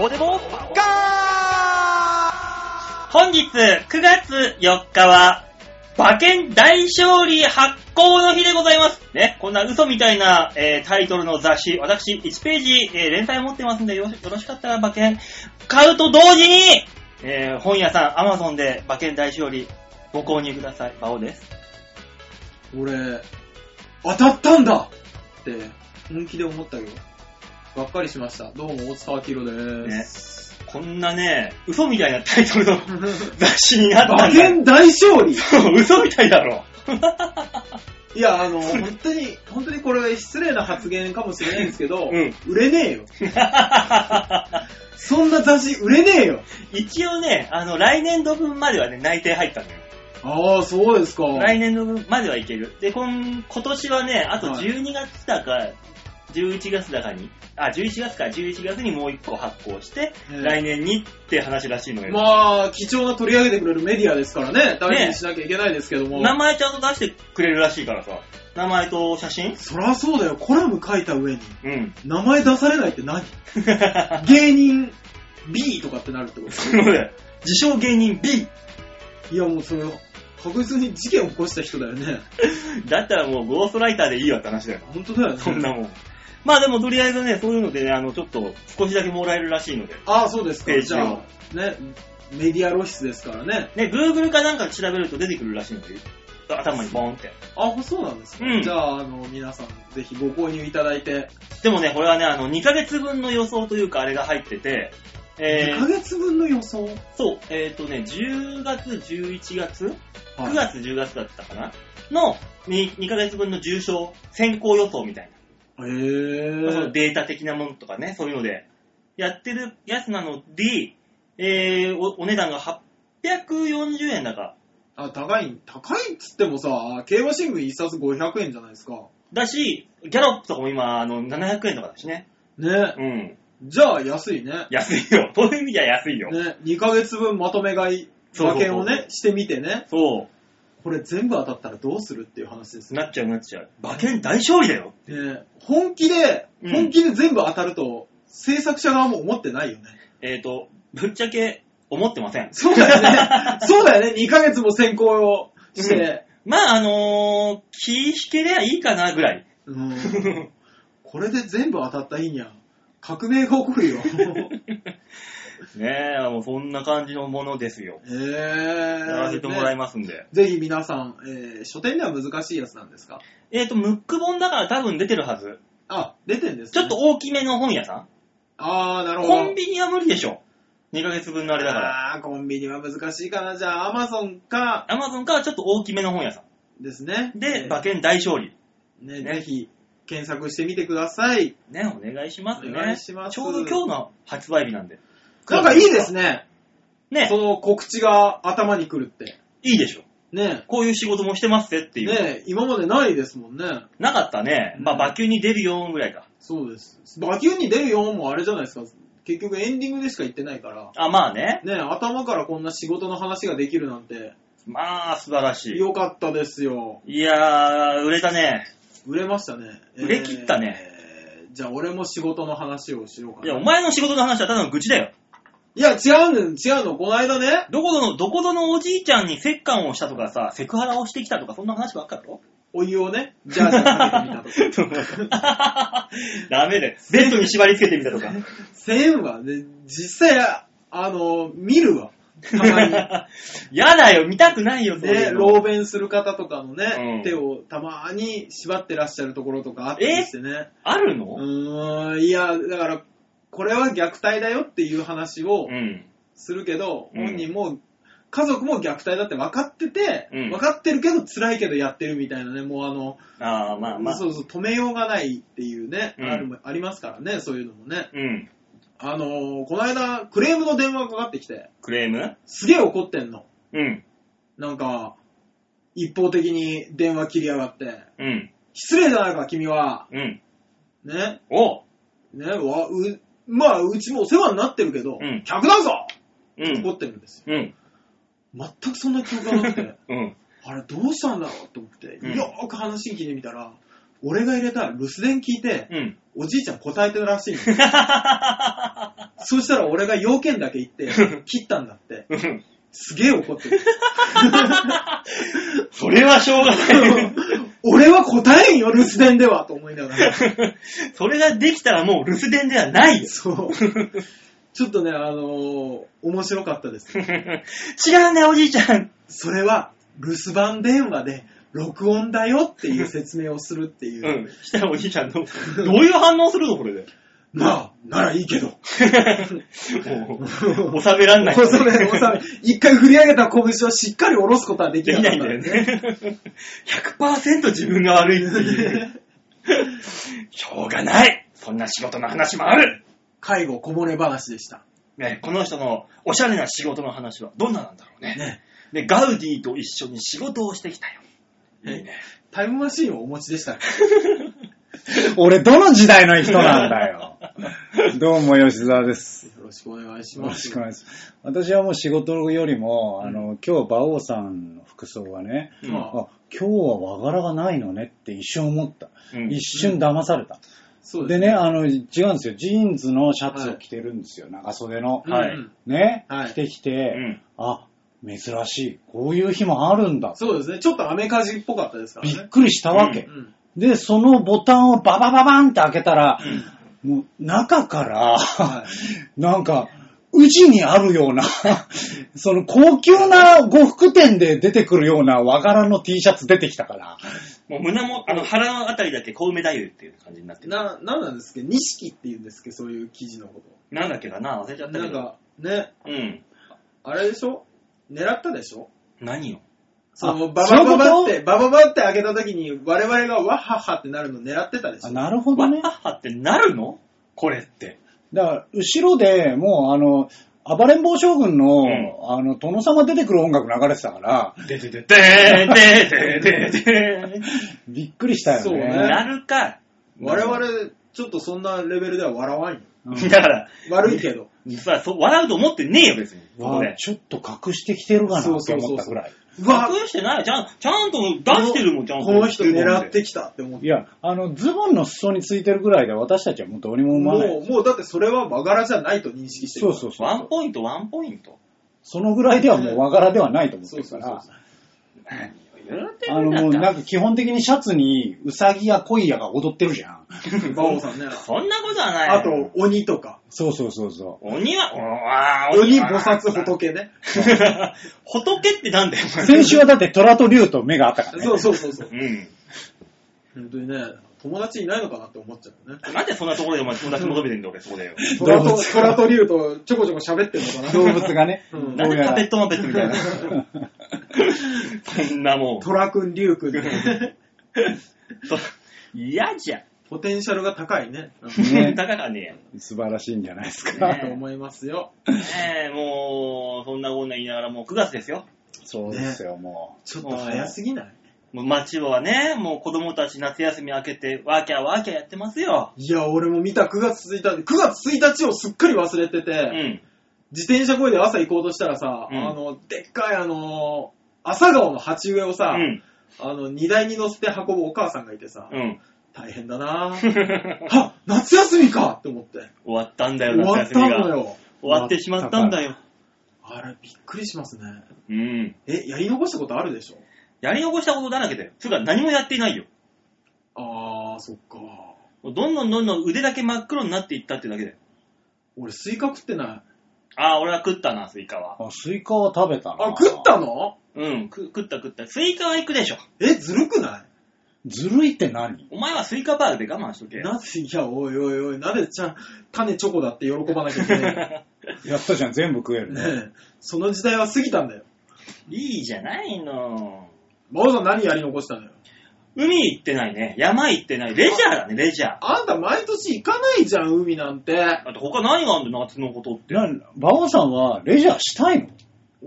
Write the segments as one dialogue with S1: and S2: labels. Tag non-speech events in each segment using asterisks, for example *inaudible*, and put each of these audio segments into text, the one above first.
S1: こでもガ
S2: 本日9月4日は、馬券大勝利発行の日でございます。ね、こんな嘘みたいな、えータイトルの雑誌、私1ページ、えー連載持ってますんでよろし、よろしかったら馬券買うと同時に、えー本屋さん、アマゾンで馬券大勝利ご購入ください。馬王です。
S3: 俺、当たったんだって、本気で思ったけど、がっかりしました。どうも、大塚明宏でー
S2: ね
S3: す。、
S2: こんなね、嘘みたいなタイトルの雑誌になった
S3: 馬
S2: んだ。
S3: 券大勝利
S2: そう *laughs* 嘘みたいだろ。
S3: いや、あの、本当に、本当にこれ失礼な発言かもしれないんですけど、
S2: うん
S3: 売れねえ *laughs* よ。そんな雑誌売れねえよ。
S2: 一応ね、あの、来年度分まではね、内定入ったんだよ。
S3: ああ、そうですか。
S2: 来年度分まではいける。で、今今年はね、あと
S3: はい
S2: 12月だか、11月だかに、あ、11月か、11月にもう1個発行して、
S3: ええ
S2: 来年にって話らしいのよ。
S3: まあ、貴重な取り上げてくれるメディアですからね、大事にしなきゃいけないですけども。
S2: 名前ちゃんと出してくれるらしいからさ。名前と写真
S3: そらそうだよ、コラム書いた上に、
S2: うん。 *laughs*
S3: 名前出されないって何
S2: そうだ
S3: 芸人 B とかってなるってこと
S2: よ。自称芸人 B。
S3: いやもうそれ、確実に事件を起こした人だよね。
S2: だったらもうゴーストライターでいいわって話だよ。
S3: 本当だよね。
S2: そんなもん。まあでもとりあえずね、そういうのでね、あの、ちょっと少しだけもらえるらしいので。
S3: ああ、そうです
S2: ペー
S3: か。
S2: ジ
S3: じゃあ、ね、メディア露出ですからね。
S2: ね、Google かなんかで調べると出てくるらしいのよ。頭にボーンって。
S3: あ、そうなんですね。
S2: うん
S3: じゃあ、あの、皆さん、ぜひご購入いただいて、
S2: でもね、これはね、あの、2ヶ月分の予想というか、あれが入ってて、え
S3: 2ヶ
S2: ー、
S3: 月分の予想、
S2: そう、えっ、とね、10月、11月、
S3: はい
S2: 9月、10月だったかなの 2, 2ヶ月分の重症、先行予想みたい
S3: へ
S2: な、その
S3: ぇー。
S2: データ的なものとかね、そういうので、やってるやつなので、えー、おお値段が840円だか、
S3: あ、高い、高いっつってもさ、競馬新聞一冊500円じゃないですか。
S2: だし、ギャロップとかも今、あの、700円とかだしね。
S3: ね。
S2: うん。
S3: じゃあ、安いね。
S2: 安いよ。 *laughs* そういう意味じゃ安いよ。
S3: ね、2ヶ月分まとめ買い、
S2: そうそうそう
S3: 馬券をね、してみてね。
S2: そ
S3: これ全部当たったらどうするっていう話です
S2: う。
S3: ね。
S2: なっちゃうなっちゃう。馬券大勝利だよ。
S3: で本気で、
S2: うん
S3: 本気で全部当たると、制作者側も思ってないよね。
S2: えっ、と、ぶっちゃけ思ってません。
S3: そうだよね。 *laughs* そうだよね。2ヶ月も先行をして。
S2: まあ、あのー、気引けりゃいいかなぐらい。
S3: うんこれで全部当たった日には、革命が起こ
S2: *laughs*
S3: るよ。
S2: *laughs* ねえ、もうそんな感じのものですよ。
S3: えー、
S2: やらせてもらい
S3: ね
S2: ますんで。
S3: ぜひ皆さん、えー書店では難しいやつなんですか
S2: えっ、と、ムック本だから多分出てるはず。
S3: あ、出てんです、
S2: ち
S3: ね、
S2: ょっと。大きめの本屋さ
S3: あー、なる
S2: ん
S3: ほど。
S2: コンビニは無理でしょ。2ヶ月分のあれだから。
S3: あー、コンビニは難しいかな。じゃあ、アマゾンか、
S2: アマゾンからちょっと大きめの本屋さ
S3: ですね。
S2: ん。で、
S3: えー
S2: 馬券大勝利。
S3: ね、
S2: ね
S3: ぜひ検索してみてください。
S2: ね、お願いしますね。
S3: お願いします
S2: ちょうど今日の発売日なんで。
S3: なんかいいですね。
S2: ね
S3: そ、の告知が頭に来るって。
S2: いいでしょ。
S3: ね
S2: こういう仕事もしてますってっていう。
S3: ね今までないですもんね。
S2: なかったね。まあ、
S3: うん
S2: 馬球に出るよぐらいか。
S3: そうです。馬球に出るよもあれじゃないですか。結局エンディングでしか言ってないから。
S2: あ、まあね。
S3: ね頭からこんな仕事の話ができるなんて、
S2: まあ、素晴らしい。
S3: よかったですよ。
S2: いやー、売れたね。
S3: 売れましたね。
S2: 売れ切ったね
S3: えー。じゃあ俺も仕事の話をしようかな。
S2: いや、お前の仕事の話はただの愚痴だよ。
S3: いや違うんです違うの。この間ね、
S2: どこぞの、どこぞのおじいちゃんに折檻をしたとかさ、セクハラをしてきたとか、そんな話ばっかだ *laughs* ろ
S3: お湯をね、ジャージにかけてみたとか。
S2: ダメだよ。ベッドに縛り付けてみたとか。
S3: 1000はね、実際、あの、見るわ。たま
S2: *laughs*
S3: に。
S2: やだよ、見たくないよ、そうい
S3: ね、
S2: うの
S3: 老弁する方とかのね、
S2: うん
S3: 手をたまに縛ってらっしゃるところとかあったりしてね。
S2: ある
S3: う
S2: の
S3: ーん、いや、だから、これは虐待だよっていう話を
S2: うん。
S3: するけど、
S2: うん
S3: 本人も、家族も虐待だって分かってて、
S2: うん
S3: 分かってるけど辛いけどやってるみたいなね、もうあの、
S2: ああ、まあまあ。
S3: そうそう、止めようがないっていうね、
S2: うん
S3: あるもありますからね、そういうのもね。
S2: うん。
S3: あのーこの間、クレームの電話がかかってきて、
S2: クレーム
S3: すげえ怒ってんの。
S2: うん。
S3: なんか、一方的に電話切りやがって、
S2: うん。
S3: 失礼じゃないか、君は。
S2: うん。
S3: ね、
S2: おう。
S3: ね、わ、う、まあ、うちもお世話になってるけど、
S2: うん
S3: 客だぞ
S2: う
S3: 怒
S2: ん。
S3: ってるんですよ。
S2: うん。
S3: 全くそ
S2: *laughs*
S3: んな記憶がなくて、
S2: うん。
S3: あれどうしたんだろうと思って、
S2: うん
S3: よーく話聞いてみたら、俺が入れた留守電聞いて、
S2: うん。
S3: おじいちゃん答えてるらし
S2: *laughs*
S3: いの。そしたら俺が要件だけ言って、切ったんだって。すげえ怒ってる。 *laughs*
S2: それはしょうがない。
S3: 俺は答えんよ、留守電ではと思いながら。
S2: *laughs* それができたらもう留守電ではないよ。
S3: そう。ちょっとね、あのー面白かったです。
S2: 違うんだよ、おじいちゃん。
S3: それは、留守番電話で、録音だよっていう説明をするっていうう。
S2: ん。したらおじいちゃんどう、どういう反応するのこれ *laughs* で。
S3: まあ、ならいいけど。
S2: もう、収めらんない。
S3: 収め、収め。一回振り上げた拳をしっかり下ろすことはでき
S2: で
S3: な
S2: きな
S3: かった
S2: いんだよ。ね。100%自分が悪いっていう。 *laughs* しょうがない。そんな仕事の話もある。
S3: 介護こぼれ話でした。
S2: ね、この人のおしゃれな仕事の話はどんななんだろうね。
S3: ね。
S2: で、ガウディと一緒に仕事をしてきたよ。いいね。
S3: タイムマシーンをお持ちでしたっけ
S1: 俺、どの時代の人なんだよ。どうも、吉沢です。
S3: よろしくお願いし
S1: よろ
S3: ま
S1: し
S3: す。
S1: くお願いします。私はもう仕事よりも、あの、今日、馬王さんの服装がね、
S2: う
S3: ま
S1: あ、
S2: ん
S1: 今日は和柄がないのねって一瞬思った。
S2: うん
S1: 一瞬騙された。
S3: そう
S1: で
S3: ね。
S1: ね、あの、違うんですよ。ジーンズのシャツを着てるんですよ。長袖の。
S2: はい
S3: うん
S1: ね、
S3: はい
S1: 着てきて、
S2: うん
S1: あ、珍しい。こういう日もあるんだ。
S3: そうですね。ちょっとアメカジっぽかったですから
S1: びっ
S3: ね。
S1: くりしたわけ。
S2: う
S3: うん
S1: で、そのボタンをババババンって開けたら、もう中から、
S3: は
S1: なんか、宇治にあるような、その高級な呉服店で出てくるような和柄の T シャツ出てきたから、
S2: もう胸も、あの腹のあたりだけ小梅太夫っていう感じになって
S3: い。
S2: る。
S3: な、なんなんですっけど、錦って言うんですっけど、そういう記事のこ
S2: なんだっけかな忘れちゃ
S3: と。
S2: った
S3: な
S2: け
S3: ん
S2: ど。
S3: か、ね、
S2: うん。
S3: あれでしょ狙ったでしょ
S2: 何よ。
S3: その
S1: あ
S3: ババババっ
S1: そうい
S3: て、バババって開けた時に我々がワッハッハってなるの狙ってたでし
S1: あ
S3: ょ
S1: なるほど
S2: わ
S1: ね
S2: っ。はってなるのこれって。
S1: だから、後ろでもう、あの、暴れん坊将軍の、
S2: うん
S1: あの、殿様出てくる音楽流れてたから、
S2: でででででででで
S1: びっくりしたよね。
S3: そうね
S2: なるか。
S3: 我々、ちょっとそんなレベルでは笑わんよ。
S1: うん
S2: だから、
S3: 悪いけど。
S2: 実はそう笑うと思ってねえよ、別に。そこ
S1: わあ
S2: で。
S1: ちょっと隠してきてるかなって思ったぐらい。
S3: うわ、
S2: 隠してない。ちゃん、ちゃんと出してるもん、ちゃんと。
S3: この人狙ってきたって思っ
S1: い
S3: て。
S1: や、あの、ズボンの裾についてるぐらいで私たちはもうどうにも思わない。
S3: もう、もうだってそれは和柄じゃないと認識して
S1: そ
S3: る。。
S1: うそううそ
S2: ワン
S1: う。
S2: ポイント、ワンポイント。
S1: そのぐらいではもう和柄ではないと思って
S3: そう
S1: る
S3: そ
S1: か
S3: うそう
S1: ら。
S2: 何を言って
S1: あ
S2: る
S1: の、
S2: んだ
S1: もう
S2: った
S1: なんか基本的にシャツにウサギや恋やが踊ってるじゃん。
S3: そう。馬王さんね。
S2: そんなことはない。
S3: あと、、鬼とか。
S1: そうそうそうそ
S2: 鬼は、おあー
S3: 鬼
S2: は
S3: 菩薩仏ね。
S2: *laughs* 仏ってなんだよ、お
S1: う。
S2: 前
S1: 先週はだって虎と竜と目があったからね。
S3: そうそうそうそう。
S2: うん。
S3: 本当にね、友達いないのかなって思っちゃうよね。
S2: なんでそんなところでお前友達求めてんだよ、俺、そこでよ。
S3: 虎
S1: 動
S3: と、
S1: 物
S3: 虎と竜とちょこちょこ喋ってんのかな。
S1: 動物がね。
S3: うん
S2: なんで
S1: どうやら
S2: パペットマペットみたいな。そんなも
S3: 虎くん、竜くんね。
S2: うそ、嫌じゃん。
S3: ポテンシャルが高いね。うん
S2: *laughs*
S1: ね
S2: 高かね
S1: 素晴らしいんじゃないです
S2: ね
S1: か。
S3: と思いますよ。
S2: えよ。ねえ、もう、そんなこと言いながらもう9月ですよ。
S1: そうですよ、も
S3: ちょっと早すぎない
S2: もう街はね、もう子供たち夏休み明けて、ワーキャーワーキャーやってますよ。
S3: いや、俺も見た9月1日、9月1日をすっかり忘れてて、
S2: うん。
S3: 自転車こいで朝行こうとしたらさ、
S2: うん
S3: あの、でっかいあの、朝顔の鉢植えを
S2: う
S3: さ、
S2: ん。
S3: あの、荷台に乗せて運ぶお母さんがいてさ、
S2: うん。
S3: 大変だなぁ。は夏休みかって思って。
S2: 終わったんだよ、
S3: 終わ
S2: 夏休
S3: った
S2: み
S3: の
S2: が。
S3: よ。
S2: 終わってしまったんだよ。
S3: あれ、びっくりしますね。
S2: うん。
S3: え、やり残したことあるでしょ
S2: やり残したことだらけだよ。つうか何もやっていないよ。
S3: あー、そっか。
S2: もうどんどんどんどん腕だけ真っ黒になっていったってだけだよ。
S3: 俺、スイカ食ってない。
S2: ああ、俺は食ったな、スイカは。
S1: う。あ、スイカは食べたな。
S3: あ、食ったの
S2: うん、く食った食った。スイカは行くでしょ。
S3: え、ずるくない
S1: ずるいって何
S2: お前はスイカバーで我慢しとけよ。
S3: なぜ、いや、おいおいおい、なぜちゃん、種チョコだって喜ばなきゃい
S2: *laughs*
S3: けないの
S1: やったじゃん、全部食えるね。
S3: ねえ、その時代は過ぎたんだよ。
S2: いいじゃないの。
S3: 馬王さん何やり残したのよ。
S2: 海行ってないね。山行ってない。レジャーだね、レジャー。
S3: あんた毎年行かないじゃん、海なんて。
S2: あと他何があんだよ、夏のことって。
S1: な、馬王さんはレジャーしたいの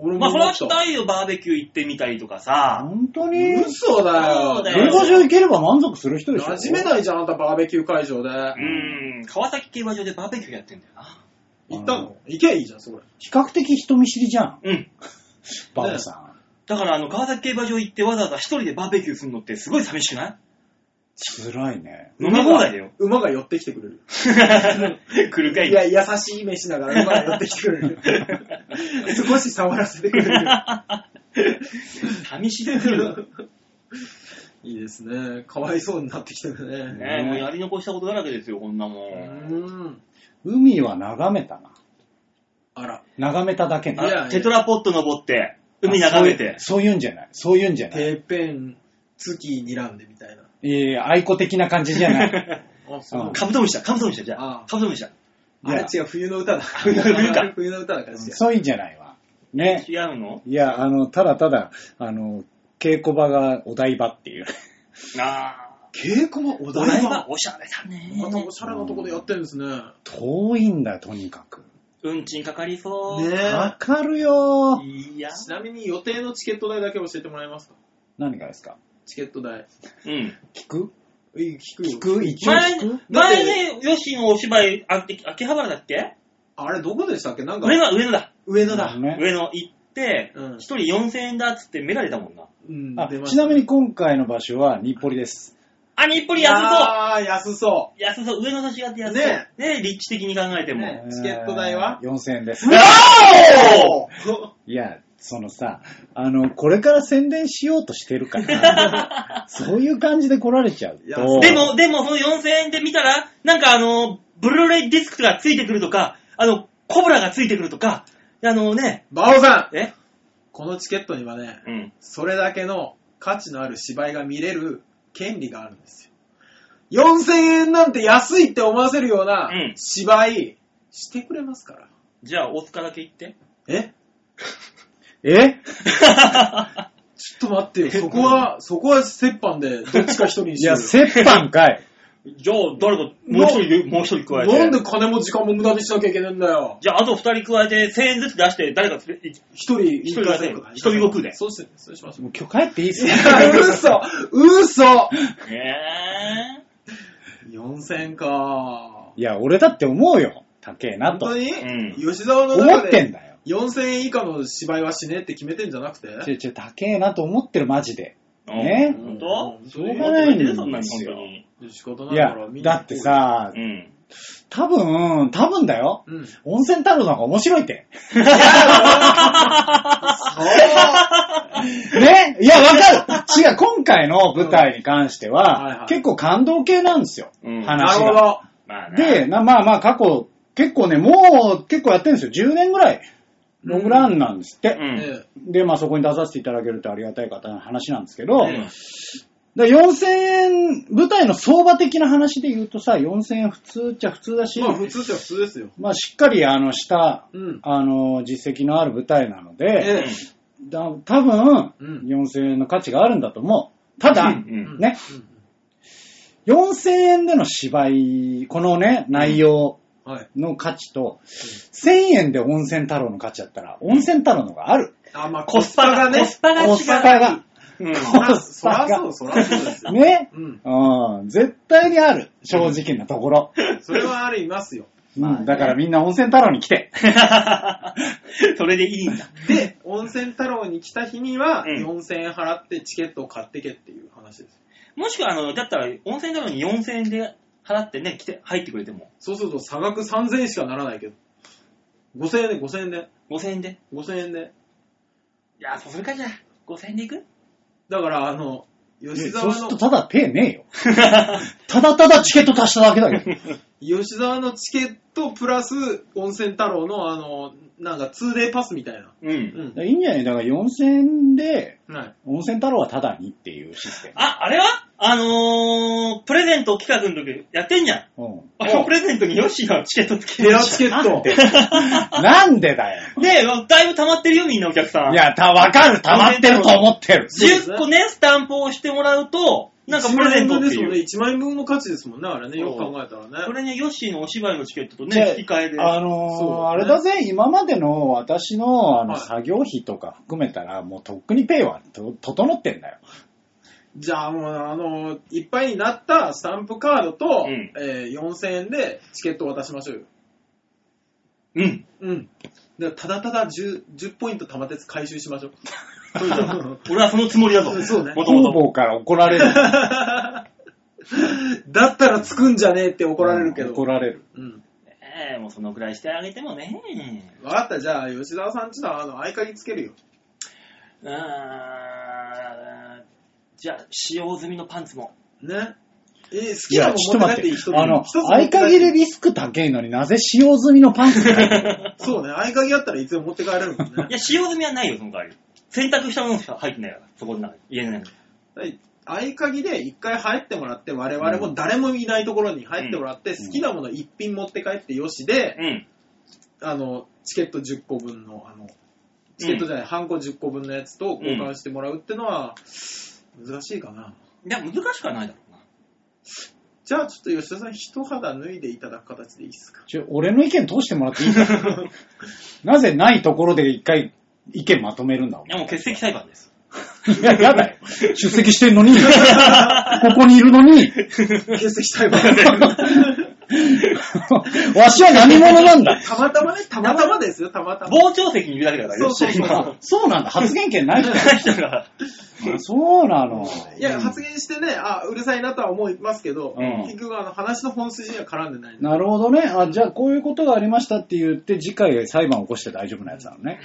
S3: 俺
S2: ま
S3: も
S2: あ、それ
S3: 思
S2: はし
S3: った。
S2: たいよ、バーベキュー行ってみたりとかさ。
S1: 本当に
S3: 嘘だよ。
S2: そうだよ
S1: 競馬場行ければ満足する人でしょ
S3: 馴染めないじゃん、あんたバーベキュー会場で。
S2: うーん、川崎競馬場でバーベキューやってんだよな。
S3: 行ったの行けばいいじゃん、それ。
S1: 比較的人見知りじゃん、
S2: うん。
S1: バオさん。
S2: だから、あの、川崎競馬場行ってわざわざ一人でバーベキューするのってすごい寂しくない
S1: 辛いね。
S2: 飲み放題だよ。
S3: 馬が寄ってきてくれる。
S2: *laughs* 来るかい
S3: いや、優しい目しながら馬が寄ってきてくれ
S2: *laughs*
S3: る。少し触らせてくれる。
S2: 試しで来るの。
S3: いいですね。かわいそうになってきてるね。
S2: ねえ、もうやり残したことだらけですよ、こんなも。
S3: うんーん。
S1: 海は眺めたな。
S3: あら、
S1: 眺めただけ
S3: い
S1: な。
S3: や
S2: あテトラポット登って、海眺めて
S1: あ。そういうそういうんじゃない。そういうんじゃない。
S3: てっぺん、月にらんでみたいな。
S1: えー、愛子的な感じじゃない。
S3: *laughs* あ、
S1: そう
S2: カブトムシだ、カブトムシだ、じゃ
S3: あ
S2: あ。
S3: あ
S2: カブトムシだ。
S3: あれ違う、冬の歌だ。
S2: 冬の歌か
S3: 冬の歌だから違う。
S1: そういうんじゃないわ。ね。
S2: 違うの
S1: いや、あの、ただただ、あの、稽古場がお台場っていう。
S2: ああ。
S3: 稽古もお
S2: お台
S3: 台
S2: 場
S3: 場。
S2: おしゃれだね。
S3: またおしゃれなとこでやってるんですね。ね
S1: 遠いんだよ、とにかく。
S2: 運賃かかりそう。
S1: わかるよー
S2: いや。
S3: ちなみに予定のチケット代だけ教えてもらえますか
S1: 何がですか
S3: チケット代。
S2: うん。
S1: 聞く
S3: え聞くよ
S1: 聞く一応
S2: 前
S1: 聞く、
S2: 前ね、ヨッシーのお芝居、あ秋葉原だっけ
S3: あれどこでしたっけなんか
S2: 上野だ、上野だ。
S3: 上野だ。
S1: ね
S2: 上野行って
S3: うん、
S2: 一人4000円だっつってメダルだもんな。
S3: うん
S1: あ
S3: 出まし
S1: ち
S3: た
S1: なみに今回の場所は日暮里です。
S2: あ、日暮里安そう
S3: ああ、安そ
S2: 安そう、上野と違って安そう。
S3: ね
S2: ねえ、立地的に考えても。
S3: ねチケット代は
S1: えー ?4000 円です。
S2: あ
S3: う。
S1: いや、そのさ、あの、これから宣伝しようとしてるから、そういう感じで来られちゃう
S3: いや
S1: と。
S2: で、も、でも、その4000円で見たら、なんかあの、ブルーレイディスクがついてくるとか、あの、コブラがついてくるとか、あのね、
S3: *laughs* バオさん
S2: え
S3: このチケットにはね、
S2: うん。
S3: それだけの価値のある芝居が見れる権利があるんですよ。4000円なんて安いって思わせるような
S2: うん
S3: 芝居してくれますから。
S2: じゃあ、大塚だけ行って。
S3: え
S1: え
S3: ちょっと待ってよ。そこは、そこは折半でどっちか一人に
S1: い
S3: し
S1: や、
S3: て
S1: 折半かい。
S2: じゃあ、誰か、もう一人、もう一人加え
S3: よ
S2: て。
S3: なんで金も時間も無駄にしなきゃいけないんだよ。
S2: じゃあ、あと二人加えて、1000円ずつ出して、誰か連れ、
S3: 一人、一
S2: 人だけ一人悟空で
S3: そうして、そうしましょう。
S1: もう今日帰っていいっす
S3: い
S1: ね
S3: や、嘘嘘
S2: え
S3: !4000 円か
S1: いや、俺だって思うよ。高えな
S3: 本
S1: と
S3: 当。に、
S2: うん
S3: 吉沢の
S1: 思
S3: 中
S1: って
S3: で
S1: んだよ。
S3: 4000円以下の芝居はしねえって決めてんじゃなくて
S1: ちょちょ、高えなと思ってる、マジで。
S2: ぇー。
S1: ね
S2: ほんと
S3: うん
S1: しょうがないんですよ
S2: そんなに、ほんとに。
S3: 仕方ないか
S1: いや
S3: ら見、に行こう
S1: だって、さ
S2: う、ん。
S1: 多分、多分だよ。
S3: うん。
S1: 温泉太郎の方が面白いって。ねいや、わかる違う、今回の舞台に関して
S3: うんはいは、
S1: はい結構感動系なんですよ
S2: うん。
S3: な
S1: 話
S3: るほ
S1: が。
S3: ど。
S2: まあな
S1: で、なまあまあ、過去、結構ね、もう結構やってるんですよ。10年ぐらい、ロングランなんですっ
S2: う
S1: て。
S2: ん。
S3: ええ
S1: で、まあそこに出させていただけるとありがたい方の話なんですけど、
S2: うん
S1: で4000円、舞台の相場的な話で言うとさ、4000円普通っちゃ普通だし、
S3: まあ普通っちゃ普通ですよ。
S1: まあしっかりあのした、
S3: うん。
S1: あの、実績のある舞台なので、
S3: ええ
S1: だ多分、
S3: うん
S1: 4000円の価値があるんだと思う。ただ、
S2: うん
S1: ね、4000円での芝居、このね、内容
S3: うんはい。
S1: の価値と、1000円で温泉太郎の価値だったら、温泉太郎のがある。
S3: あ、まあ
S2: コ
S3: コ
S2: ス
S3: ス
S2: パ
S3: パ
S2: が
S3: が
S2: ね
S3: ね。
S1: コスパが。
S2: うん
S1: コス
S3: そ
S1: パ
S3: ら
S1: が
S3: そう、そらそうですよ。
S1: ね、
S3: うん。
S1: うん、絶対にある。正直なところ。
S3: それはありますよ。
S1: うん、だからみんな温泉太郎に来て。
S2: *laughs* それでいいんだ。
S3: で、温泉太郎に来た日には、
S2: うん
S3: 4000円払ってチケットを買ってけっていう話です。
S2: もしくは、あの、だったら、温泉なのに4000円で払ってね、来て、入ってくれても。
S3: そうすると差額3000円しかならないけど。5000円で、5000円で、
S2: 5000円で。
S3: 5000円で。
S2: いや、そうするかじゃあ。5000円で行く
S3: だから、あの、吉
S1: そう
S3: 沢
S1: する
S3: の
S1: と、ただペイねえよ。 *laughs* ただただチケット足しただけだけど。
S3: 吉沢のチケットプラス温泉太郎のあの、なんか 2day パスみたいな。
S2: う。
S3: うんん。
S1: いいんじゃないだから4000円で、
S3: はい。
S1: 温泉太郎はただにっていうシステ
S2: あ、あれはあのー、プレゼント企画の時やってんじゃん。
S1: ム。うん。
S2: あのプレゼントにヨッシーのチケットつけ
S3: ヘ
S2: て
S3: ラチケット。
S1: *laughs* なんでだよ。
S2: で、だいぶ溜まってるよ、みんなお客さん。
S1: いや、た、わかる。溜まってると思ってる。
S3: そうですね
S2: 10個ね、スタンプを押してもらうと、なんかプレゼント
S3: 1万円分
S2: っ
S3: で
S2: て
S3: す
S2: い
S3: もんね。
S2: う。
S3: 1万円分の価値ですもんね、あれね。
S2: そう
S3: よく考えたら
S2: こ
S3: ね。
S2: れね、ヨッシーのお芝居のチケットと
S1: じゃ
S2: ね、引き換えで。
S1: あのー
S3: そう
S1: あれだぜ、今までの私のあの
S3: はい
S1: 作業費とか含めたら、もうとっくにペイはと整ってんだよ。
S3: じゃあもう、あの、いっぱいになったスタンプカードと、
S2: うん
S3: えー4000円でチケットを渡しましょうよ。
S2: うん。
S3: うん。でただただ 10, 10ポイント溜まって回収しましょう。
S2: 俺はそのつもりだぞ。
S3: そうね
S2: もとも
S1: 方
S2: と。
S1: 々から怒られる。
S3: だったらつくんじゃねえって *laughs* 怒られるけど。
S1: 怒られる。
S3: うん。
S2: ええもうそのくらいしてあげてもね。
S3: わかった、じゃあ、吉沢さんちのあの、合鍵つけるよ。
S2: うーん。じゃあ、使用済みのパンツも。
S3: ね。えー、好
S1: い
S3: きな
S1: や、
S3: もん
S1: ち
S3: 持
S1: ょっと
S3: って
S1: 待
S3: な
S1: っ
S3: く
S1: て
S3: ていい人。
S1: あの
S3: 一つ持、
S1: 合
S3: ってなくてい
S1: 鍵
S3: い
S1: でリスク高いのになぜ使用済みのパンツがない
S3: *laughs* そうね、合鍵あったらいつでも持って帰れるもんね
S2: い。や、使用済みはないよ、その代わり。洗濯したものしか入ってないから、そこの中に。家の中に。
S3: はい合鍵で一回入ってもらって、我々も誰もいないところに入ってもらって、
S1: ん
S3: 好きなもの一品持って帰ってよしで、
S2: うん。
S3: あの、チケット10個分の、あの、チケットじゃない、ハンコ10個分のやつと交換してもらうってのは、難しいかな。
S2: いや、難しくはないだろうな。
S3: じゃあ、ちょっと吉田さん、一肌脱いでいただく形でいいです
S1: *laughs*
S3: か。
S1: ちょ俺の意見通してもらっていい *laughs* かななぜないところで一回意見まとめるんだお
S2: いや、もう欠席裁判です。
S1: 前いや、やだよ。出席して
S3: *laughs*
S1: んのに、ここにいるのに、
S3: 欠席したいわ。た
S1: *laughs* わしは何者なんだ。
S3: またまね、たまたまですよ、たまたま。
S2: 傍聴席にいるだけだから、
S3: そう *laughs* そうそう
S2: 吉田今
S1: そうなんだ。発言権ない人
S2: ない *laughs* 人が。
S1: *laughs* そうなの。
S3: いや、発言してね、あ、うるさいなとは思いますけど、
S1: うん
S3: 結局あの話の本筋には絡んでないんで
S1: なるほどね。あ、じゃあこういうことがありましたって言って、次回裁判を起こして大丈夫なやつなのね。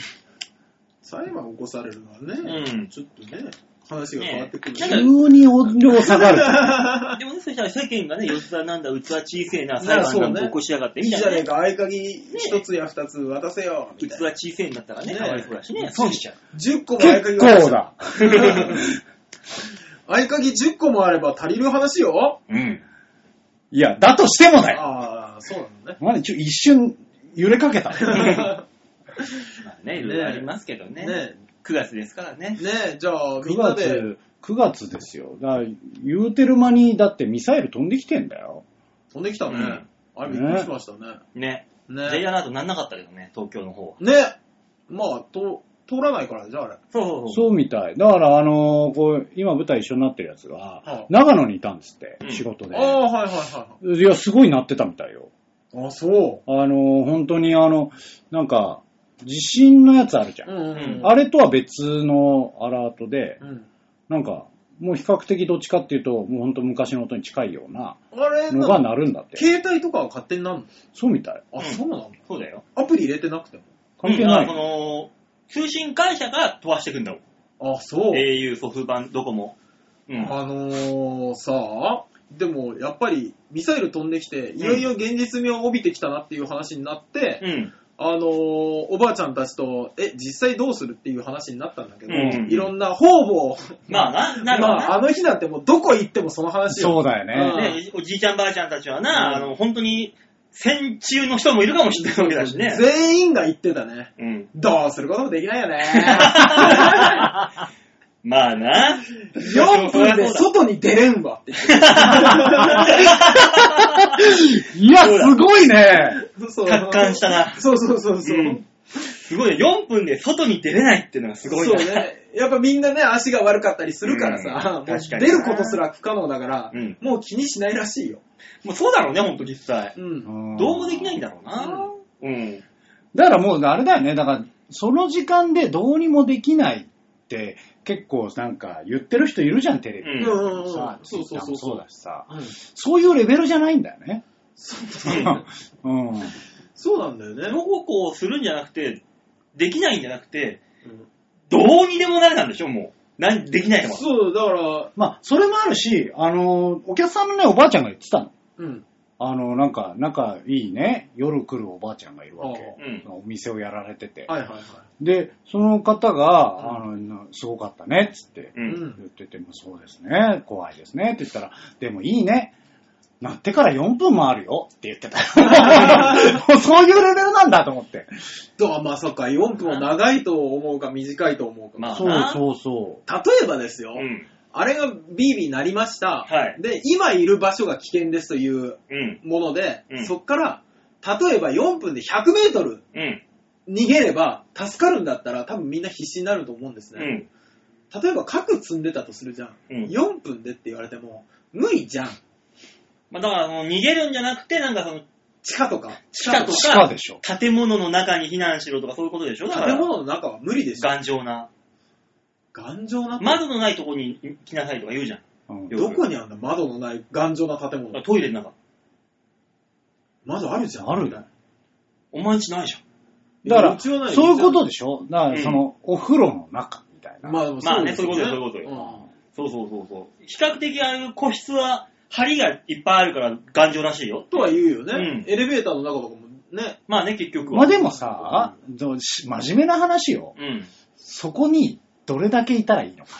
S3: 裁判起こされるのはね、
S2: うん
S3: ちょっとね、話が変わってくる、
S2: ね
S1: 急に音量下がる。
S2: でもね、そしたら世間がね、吉沢なんだ、器小せえな、
S3: ね
S2: 裁判なん
S3: そう
S2: て
S3: ね
S2: 起こしやがって、
S3: いいじゃねえ
S2: ね。
S3: か、合鍵一つや二つ渡せよ、み
S2: 器
S3: たいな。
S2: 小せえんだったらね、
S3: ね
S2: かわいそうだしね。
S1: 損しちゃう。
S3: 10個も合
S1: 結
S3: 鍵渡
S1: 構
S3: せ
S1: だ。
S3: *laughs* 合鍵10個もあれば足りる話よ。
S2: うん。
S1: いや、だとしてもだよ。
S3: ああ、そうなのね。
S1: まだちょ一瞬揺れかけた。
S2: まあね、いろいろありますけどね。
S3: ね
S2: 9月ですからね。
S3: ねえ、じゃあ、み
S1: 9
S3: んなで、
S1: 月、9月ですよ。だから言うてる間に、だってミサイル飛んできてんだよ。
S3: 飛んできた
S2: う
S3: ね。
S2: ん
S3: あれびっくりしましたね。
S2: ね。J ア
S3: ね
S2: ラートなんなかったけどね、東京の方は。
S3: ねまあ、と通らないからねじゃああれ。
S2: そうそうそう。
S1: そうみたい。だから、あのーこう、今舞台一緒になってるやつ
S3: は
S1: が
S3: い、
S1: 長野にいたんですって、
S2: うん
S1: 仕事で
S3: あ。あ、はいはいはい
S1: や、すごいなってたみたいよ。
S3: いはい。あそう。
S1: あのー本当にあの、なんか、地震のやつあるじゃん。
S3: うんうんうん。
S1: あれとは別のアラートで、
S3: うん
S1: なんか、もう比較的どっちかっていうと、もう本当昔の音に近いような
S3: あれ
S1: のが
S3: な、
S1: 鳴るんだって。
S3: 携帯とかは勝手になんの
S1: そうみたい。
S3: あ、
S2: うん
S3: そうなの
S2: そうだよ。
S3: アプリ入れてなくても。
S1: 関係な
S2: うんあそ
S1: い。
S2: の、通信会社が飛ばしてくんだもん。
S3: あ、そう。
S2: au、ソフトバンク、ドコモ。うん。
S3: あのー、さあ、でもやっぱりミサイル飛んできて、いよいよ現実味を帯びてきたなっていう話になって、
S2: うん。
S3: あのー、おばあちゃんたちと、え、実際どうするっていう話になったんだけど、
S2: うん
S3: いろんな方々、
S2: まあな、
S3: ま
S2: なるわな
S3: あ、あの日なんてもうどこ行ってもその話よ。
S1: そうだよね。
S2: ね、おじいちゃんばあちゃんたちはな、
S3: うん
S2: あの、本当に、戦中の人もいるかもしれないわけだしね。
S3: 全員が言ってたね。
S2: うん。
S3: どうすることもできないよね。
S2: まあな。
S3: 4分で外に出れんわって。
S1: いや、すごいね。
S3: そう
S2: 達観したな
S3: そうそうそうそう。
S2: うん *laughs* すごいね、4分で外に出れないっていうのがすごい
S3: そう
S2: な。
S3: ね。やっぱみんなね、足が悪かったりするからさ、
S2: うん
S3: もう
S2: 確かに
S3: 出ることすら不可能だから、
S2: うん
S3: もう気にしないらしいよ。
S2: もうそうだろうね、本当実際
S3: う。ん。
S2: どうもできないん
S1: だ。
S2: だろうな。うん。
S1: だからもう、あれだよね。だから、その時間でどうにもできないって、結構なんか言ってる人いるじゃん、テレ
S2: う
S1: ビ。
S3: うんんうんうん。
S1: さ
S3: そうそうそう。
S1: そう
S3: そ
S1: だしさ。
S3: うん
S1: そういうレベルじゃないんだよね。
S3: そうなんだよ
S1: うん。
S3: そうなんだよね。
S2: どうこうするんじゃなくて、できないんじゃなくて、
S3: うん
S2: どうにでもなれなんでしょ、もう。なんできないのは。
S3: そう、だから、
S1: まあ、それもあるし、あの、お客さんのね、おばあちゃんが言ってたの。
S3: うん。
S1: あの、なんか、仲いいね、夜来るおばあちゃんがいるわけ。
S3: あ
S2: うん。
S1: お店をやられてて。
S3: はいはいはい。
S1: で、その方が、あの、すごかったね、っつって。
S2: う。
S3: うん
S1: 言っててもそうですね、怖いですねって言ったら、でもいいね、なってから4分もあるよって言ってた。もうそういうレベルなんだと思って。
S3: だからまあそっか、4分を長いと思うか短いと思うか。
S2: まあ
S1: そう
S2: な
S1: そうそ
S3: 例えばですよ、
S2: うん。
S3: あれがビービーなりました、
S2: はい
S3: で、今いる場所が危険ですという
S2: うん。
S3: もので、
S2: うん
S3: そっから、例えば4分で100メートル
S2: うん。
S3: 逃げれば助かるんだったら多分みんな必死になると思うんです
S2: う
S3: ね。
S2: ん。
S3: 例えば核積んでたとするじゃん。
S2: うん
S3: 4分でって言われても無理じゃん。
S2: まあだから、あの逃げるんじゃなくて、なんかその、
S3: 地下とか。
S2: 地下
S1: う。
S2: と
S1: 地下
S2: か、
S1: でしょ。
S2: 建物の中に避難しろとかそういうことでしょだから
S3: 建物の中は無理でしょ。
S2: 頑丈な。
S3: 頑丈な。
S2: 窓のないとこに行きなさいとか言うじゃん。
S1: うん
S2: よ
S3: どこにあんだ窓のない頑丈な建物。
S2: トイレの中。
S3: 窓あるじゃん。
S1: あるよ
S2: お前んちないじゃん。
S1: だから、
S3: うちはない
S1: そういうことでしょだか
S2: うん
S1: ら、その、お風呂の中みたいな。
S3: まあでも
S2: まあねそういうことよそういうこと
S3: よ。
S2: そうそうそうそう。比較的ああいう個室は、針がいっぱいあるから頑丈らしいよ
S3: うん。とは言うよ
S2: うん
S3: ね。エレベーターの中とかもね。
S2: まあね、結局は。
S1: まあでもさ、どうし真面目な話よ。
S2: うん。
S1: そこにどれだけいたらいいのか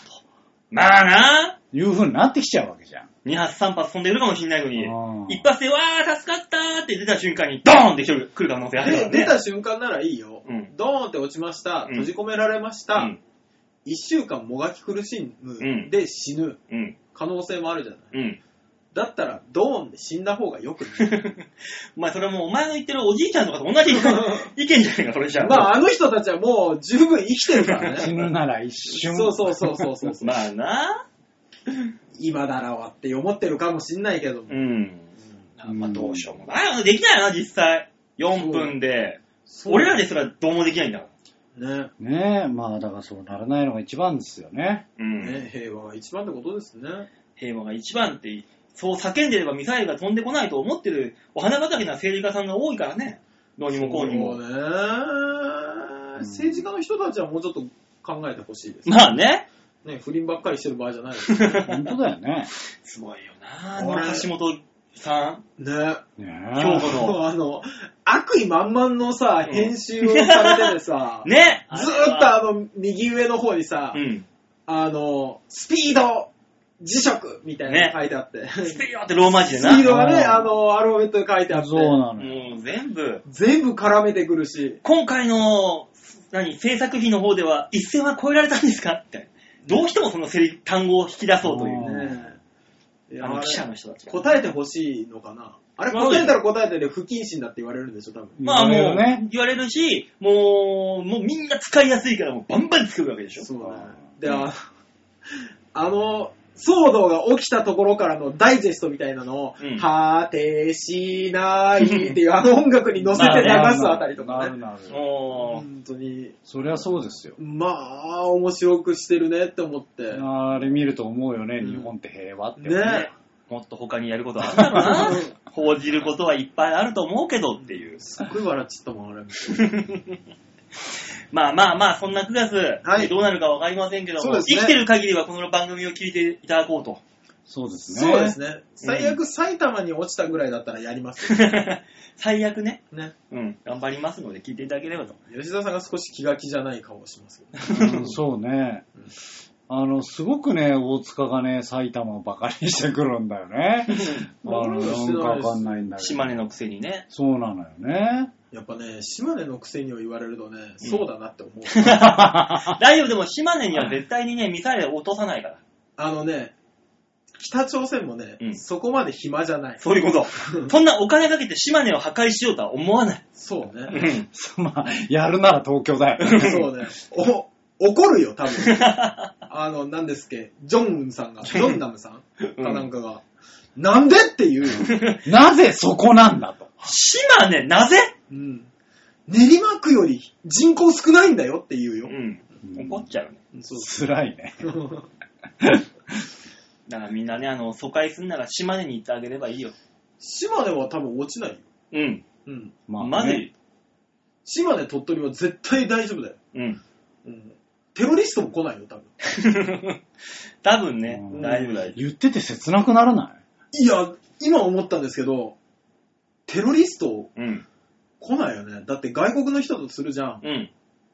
S2: まあな、
S1: という風になってきちゃうわけじゃん。
S2: 2発3発飛んでくるかもしれないのに
S1: う、ん
S2: 一発で、わー、助かったーって出た瞬間に、ドーンって来る来る可能性あるから
S3: で、
S2: ね。
S3: 出た瞬間ならいいよ
S2: うん。
S3: ドーンって落ちました。
S2: ん
S3: 閉じ込められまし
S2: う
S3: た。
S2: ん。
S3: 1週間もがき苦し
S2: うん
S3: む。で、死ぬ。
S2: うん。
S3: 可能性もあるじゃない。
S2: うん。
S3: だったら、ドーンで死んだ方がよくない。
S2: まあそれはもうお前の言ってるおじいちゃんとかと同じ意見意見じゃ *laughs* ないか、それじゃ
S3: まあ、あの人たちはもう十分生きてるから
S1: 死
S3: ね。
S1: ぬなら一瞬。
S3: そうそうそうそうそうそう。
S2: まあな、
S3: 今ならはって思ってるかもしんないけども。
S2: うん。
S1: うん
S2: まあどうしようもないよね。できないよな、実際。4分で。俺らですらどうもできないんだから。
S3: ね。
S1: ねえ、まあだからそうならないのが一番ですよね。
S2: うん。
S3: ね、平和が一番ってことですね。
S2: 平和が一番って、そう叫んでればミサイルが飛んでこないと思ってるお花畑な政治家さんが多いからね。どうにもこうに
S3: そ
S2: も。
S3: うね。政治家の人たちはもうちょっと考えてほしいです。
S2: まあね。
S3: ね、不倫ばっかりしてる場合じゃないです
S2: *laughs*
S3: ね。
S1: 本当だよね。
S2: すごいよなあの
S3: これ
S2: 橋本さん。
S3: ね。
S1: ねえ。
S2: 今日こ
S3: もうあの、悪意満々のさ、編集をされててさ、
S2: *laughs* ね
S3: ずーっとあの、右上の方にさ、
S2: うん。
S3: あの、スピード、磁石みたいなの書いてあって、
S2: ス
S3: ス
S2: ピードってローマ字で
S3: ピー
S2: な。
S3: ドがね、
S1: うん
S3: あの、アルファベットで書いてあって、
S1: そうなのよ。
S2: もう全部。
S3: 全部絡めてくるし、
S2: 今回の、何、制作費の方では一線は超えられたんですかって。どうしてもそのセリ単語を引き出そうというう。
S1: ん
S3: ねえいや
S2: あの
S3: あれ
S2: 記者の人たちが。
S3: 答えてほしいのかなあれ
S2: まあ
S3: 答えたら答えたで不謹慎だって言われるんでしょ、多分。
S2: まあ
S1: いろ
S2: も
S1: いうろね。
S2: 言われるし、もう、もうみんな使いやすいからもうバンバン作るわけでしょ。
S3: そうね
S1: あ。
S3: で、あ *laughs* あの、騒動が起きたところからのダイジェストみたいなのを、
S2: うん
S3: 果てしないっていうあの音楽に乗せて流すあたりと
S1: な
S3: か
S1: る
S3: ね。
S1: なる。
S2: もう
S3: 本当に、
S1: そりゃそうですよ。
S3: まあ、面白くしてるねって思って。
S1: あれ見ると思うよね、
S3: うん
S1: 日本って平和って。
S3: ね。
S2: もっと他にやることあるだろうな。報じることはいっぱいあると思うけどっていう。
S3: すっごい笑っちゃったもん、あれ。
S2: まあまあまあ、そんな9月、
S3: はい
S2: どうなるかわかりませんけど
S3: そ
S2: も、
S3: うです
S2: 生
S3: ね
S2: きてる限りはこの番組を聞いていただこうと。 *laughs*
S1: そうですね。
S3: そうですね。最悪埼玉に落ちたぐらいだったらやり *laughs* ますよ。
S2: 最悪ね、
S3: ね。
S2: うん、頑張りますので聞いていただければと。
S3: 吉田さんが少し気が気じゃない顔をしますけど。
S1: うんそうね
S3: うん。
S1: あの、すごくね、大塚がね、埼玉をバカにしてくるんだよね。あの、
S3: 俺は
S1: な
S3: してないです
S1: んかわかんないんだけど
S2: 島。根のくせにね。
S1: そうなのよね。 *laughs*
S3: やっぱね、島根のくせにを言われるとね、
S2: うん
S3: そうだなって思う。
S2: 大丈夫、でも島根には絶対にね、ミサイルを落とさないから。
S3: あのね、北朝鮮もね、
S2: うん
S3: そこまで暇じゃない。
S2: そういうこと。そんなお金かけて島根を破壊しようとは思わない。
S3: そう
S2: う *laughs*
S3: ね。
S2: ん。
S1: まあ、やるなら東京だよ。 *laughs*
S3: そうね。お、怒るよ、
S2: *laughs*
S3: 多分。あの、なんですっけ、ジョンウンさんが、ジョンナムさんかなんかが、なんでって言うよ。
S1: なぜそこなんだと。
S2: 島根、なぜ
S3: うん。練馬区より人口少ないんだよって言う
S2: う
S3: よ。
S2: ん。怒っちゃうね。
S3: そう
S1: 辛いね。
S3: そう。
S2: だからみんなね、あの、疎開するなら島根に行ってあげればいいよ。
S3: 島根は多分落ちないよ。
S2: うん。
S3: うん。
S1: まあね
S2: まずい。
S3: 島根、鳥取は絶対大丈夫だよ。
S2: うん。
S3: うん。テロリストも来ないよ、多分。
S2: *laughs* 多分ね
S1: う、ん
S2: 大丈夫大丈
S1: 言ってて切なくならない
S3: いや、今思ったんですけど、テロリスト
S2: 夫。うん。
S3: 来ないよね。だって外国の人とするじゃん。
S2: うん。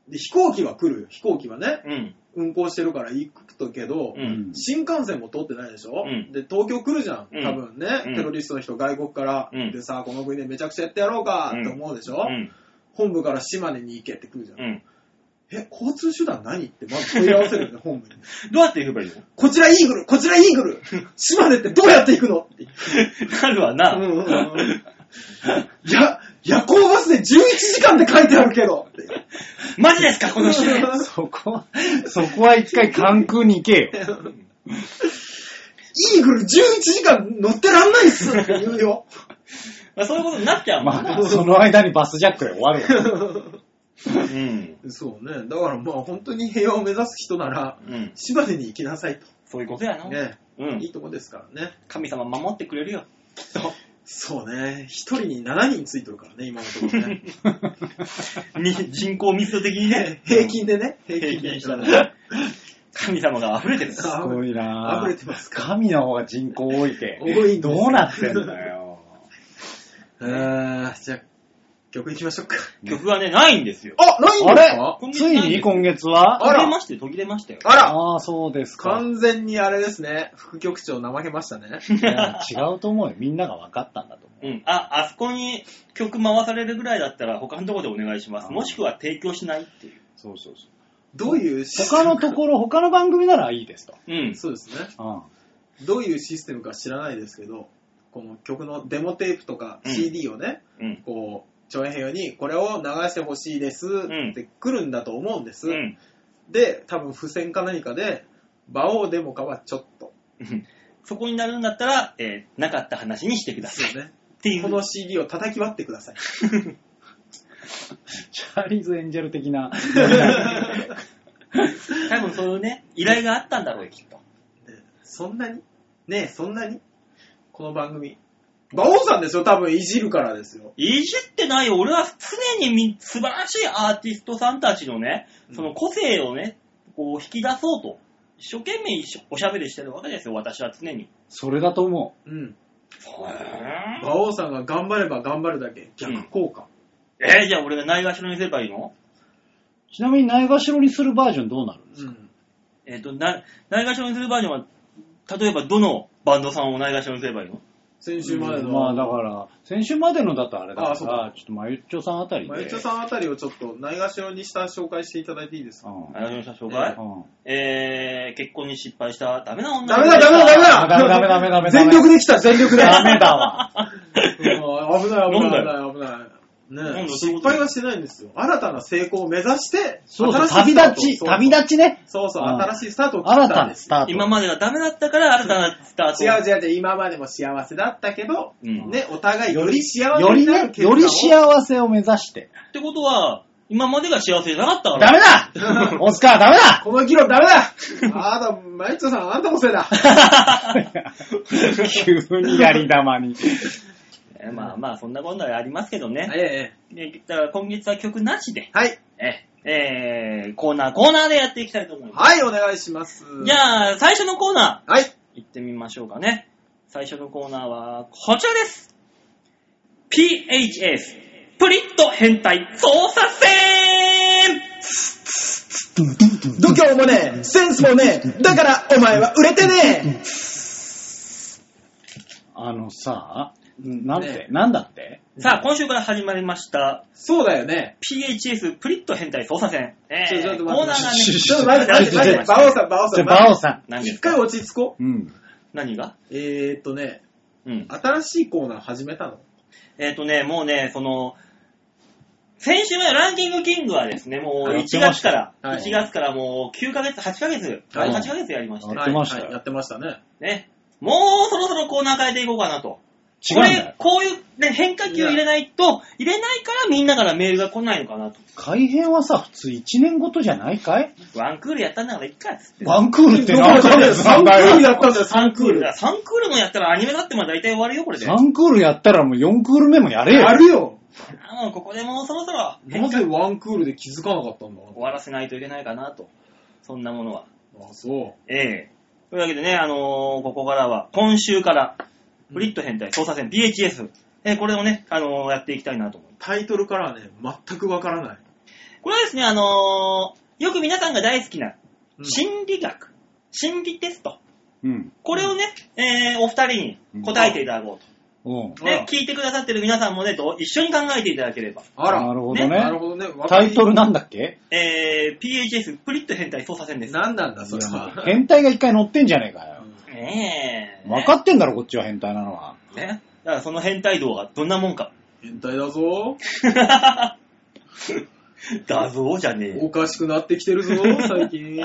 S3: で飛行機は来るよ。飛行機はね、
S2: うん。
S3: 運行してるから行くとけど、
S2: うん。
S3: 新幹線も通ってないでしょ、
S2: うん
S3: で、東京来るじゃん。
S2: うん
S3: 多分ね、
S2: うん
S3: テロリストの人外国から、
S2: うん
S3: でさ、この国でめちゃくちゃやってやろうかって思うでしょ、
S2: うん。
S3: 本部から島根に行けって来るじゃん。
S2: うん。
S3: え、交通手段何ってまず問い合わせるよね、
S2: *laughs*
S3: 本部に。
S2: どうやって行けばいいの
S3: こちらイーグルこちらイーグル島根ってどうやって行くのって。
S2: なるわ *laughs* な。
S3: うんうんうんや、夜行バスで11時間って書いてあるけどって。
S2: マジですか、この *laughs* 人。
S1: そこは、そこは一回関空に行けよ。
S3: イーグル11時間乗ってらんないっすって言うよ。
S2: まあそういうことになっちゃうもん
S1: ま
S2: な。
S3: *laughs*
S1: あ、その間にバスジャックで終わるよ。
S2: うん。
S3: そうね。だからまあ本当に平和を目指す人なら、
S2: うん。
S3: 島根に行きなさいと。
S2: そういうことやな。
S3: ね、
S2: うん
S3: い。いとこですからね。
S2: 神様守ってくれるよ。きっと。
S3: そうね。一人に7人ついてるからね、今のところ *laughs* ね。
S2: *laughs* に人口密度的にね、
S3: 平均でね。平
S2: 平
S3: 均で
S2: 均し
S3: し
S2: た
S3: たら。
S2: ら。神様が溢れてる。
S1: すごい
S3: *laughs* あ
S1: なぁ。
S3: ふれてますか。
S1: 神の方が人口多いけ。
S3: 多いんです
S1: どうなってんだよ。
S3: えー、じゃあ、曲行きましょうか。
S2: 曲がね、ないんですよ。
S3: あ、ないん
S1: あ
S3: です
S1: れ
S3: か
S2: 今月
S1: つ
S2: ない
S1: に今月は
S2: 途
S3: あら
S2: 切れましたよ、途切れましたよ。
S3: あら
S1: ああ、そうですか。
S3: 完全にあれですね。副局長怠けました *laughs* ね。
S1: いや違うと思うよ。みんなが分かったんだと思う。
S2: うん。あ、あそこに曲回されるぐらいだったら他のところでお願いしま
S1: あ
S2: す。
S1: ー
S2: もしくは提供しないっていう。
S1: そうそうそう。
S3: どういうシステ
S1: 他
S3: ム
S1: のと
S3: *laughs*
S1: ころ、他の番組ならいいですと。
S2: うん。
S3: そうですね。
S1: うん。
S3: どういうシステムか知らないですけど、この曲のデモテープとか
S2: うん
S3: CD をね、
S2: うん。
S3: こう、長編平和にこれを流してほしいです
S2: ん
S3: って来るんだと思うんです。
S2: うん。
S3: で、多分付箋か何かで、馬王デモかはちょっと。
S2: うん *laughs* そこになるんだったら、えーなかった話にしてくだ
S3: です
S2: さい。
S3: よね。
S2: っていう。
S3: この CD を叩き割ってください。
S1: チャーリーズ・エンジェル的
S3: *laughs*
S1: な。
S2: 多分 *laughs* そういうね、依頼があったんだろうよ、きっと。
S3: ねそんなにねえ、そんなにこの番組。馬王さんですよ、多分いじるからですよ。
S2: いじってないよ。俺は常にみ素晴らしいアーティストさんたちのね、その個性をね、こう引き出そうと、一生懸命一緒おしゃべりしてるわけですよ、私は常に。
S1: それだと思
S3: うん。
S2: え
S3: 馬王さんが頑張れば頑張るだけ逆効果。
S2: ー、じゃあ俺がないがしろにすればいいの
S1: う。ちなみに、ないがしろにするバージョンどうなるんですか、
S3: うん
S2: えっ、と、な、ないがしろにするバージョンは、例えばどのバンドさんをないがしろにすればいいの
S3: 先週までの、
S1: まあだから、先週までのだとあれだ
S3: あそ
S1: か
S3: う
S1: ら
S3: か、
S1: ちょっとまゆっちょさんあたりで。
S3: まゆちょさんあたりをちょっとないがしろにした紹介していただいていいですか
S1: うん。
S2: ないがしろにした紹介、
S1: うん
S2: えー、結婚に失敗した、ダメな女
S3: ダメだダメだダメだ
S1: あダメダメダメダメダメ。
S3: 全力で来た、全力で。
S1: ダメだわ。
S3: うん危ない危
S2: なんだ
S3: な
S2: ん
S3: い危ない危
S2: だ
S3: ない。
S2: よ
S3: ね、失敗はしてないんですよ。新たな成功を目指して、
S1: そうそう、
S3: *laughs* 新しいス
S1: 旅
S3: タート
S1: 立ち、
S3: そう
S1: 旅立ちね。
S3: そうそう、
S1: うん
S3: 新しいスタートを切っ
S1: 新
S3: た
S1: た
S3: んで
S1: な
S3: す
S1: ス。ター
S2: *laughs*
S1: ト。
S2: 今までがダメだったから新たなスタート。
S3: 違う違う違う、今までも幸せだったけど、
S2: うん
S3: ね、お互いより幸せ
S1: より
S3: になる
S1: ね、
S3: 結果を
S1: より幸せを目指して。
S2: ってことは、今までが幸せじゃなかったか
S1: ダ
S2: ら。
S1: メだ *laughs* オスカーダメだ
S3: この議論ダメ
S1: *laughs*
S3: だあなた、マユッチョさん、あんたのせいだ。
S1: *laughs* 急にやり玉に。
S2: えーまあまあ、そんなことはありますけどね。
S3: ええ
S2: でだから今月は曲なしで、
S3: はい。
S2: えーコーナー、コーナーでやっていきたいと思いま
S3: はい、お願いします。
S2: す。じゃあ、最初のコーナ
S3: はい。
S2: ー、行ってみましょうかね。最初のコーナーは、こちらです。PHS、プリッと変態操作戦
S3: 度胸もねえ、センスもねえ、だからお前は売れてね
S1: あのさ、なんて
S3: ね、
S1: なんだって
S2: さあ、今週から始まりました、
S3: そうだよね。
S2: PHS プリッと変態操作戦。え
S3: ちょちょっ
S2: ー、
S3: と
S2: コーナーがね
S1: 待って、
S3: ちょっと待って待って待って、バオさん、バオ
S1: じ
S3: さ
S1: ゃあ、
S3: ん。
S1: バオさ
S2: 何で
S3: 一
S2: すか
S3: 回落ち着こ
S1: ん。うん。
S2: 何が
S3: う。えーっとね、
S2: うん。
S3: 新しいコーナー始めたの
S2: えっ、とね、もうね、その、先週はランキングキングはですね、もう
S1: あや
S2: 1
S1: ってまし
S2: 月
S1: た
S2: から、
S3: はい
S2: 1月からもう9ヶ月、8ヶ月、
S3: はい
S2: 8ヶ月やりまして、
S1: やってましたよ
S3: はいはいやってましたね。
S2: ね。もうそろそろコーナー変えていこうかなと。
S1: 違う
S2: こ
S1: んだ
S2: れ
S1: よ、。
S2: こういう、ね、変化球入れないと、入れないからみんなからメールが来ないのかなと。
S1: 改変はさ、普通1年ごとじゃないかい
S2: ワンクールやったんだからいっかっつって。
S1: ワンクールって
S3: どこ
S1: 何
S3: やった
S1: 回
S3: んだ
S1: で
S3: よ、3
S1: す
S3: クールやったんだよ、
S2: ワン
S3: 3クール。
S2: だから3クールもやったらアニメだってまあ大体終わるよ、これで。
S1: 3クールやったらもう4クール目もやれよ。
S3: やるよ。
S2: あもうここでもうそろそろ
S3: なぜワンクールで気づかなかったんだ
S2: 終わらせないといけないかなと。そんなものは。
S3: あ、そ
S2: ええというわけでね、あのーここからは、今週から、フリット変態操作戦 BHS、えーこれをね、あのーやっていきたいなと思う
S3: う。。タイトルからはね、全くわからない。
S2: これはですね、あのーよく皆さんが大好きな、
S3: うん
S2: 心理学、心理テスト。
S1: うん。
S2: これをね、えーお二人に答えていただこう
S1: うん。
S2: と。
S3: うん
S2: ね、聞いてくださってる皆さんもね、どう一緒に考えていただければ。
S3: あら。
S1: なるほど
S2: ね
S3: な
S1: ね
S3: る。ほどね。わか
S1: タ
S3: り
S1: イトルなんだっけ
S2: えー PHS、プリット変態操作戦です。
S3: 何なんだ、それ
S1: いやもう
S3: は。
S1: 変態が一回乗ってんじゃねえかよ。
S2: ねえ。
S1: 分かってんだろ、こっちは変態なのは。
S2: ね。だからその変態度がどんなもんか。
S3: 変態だぞ。
S2: だぞじゃねえよ
S3: おかしくなってきてるぞ、最近。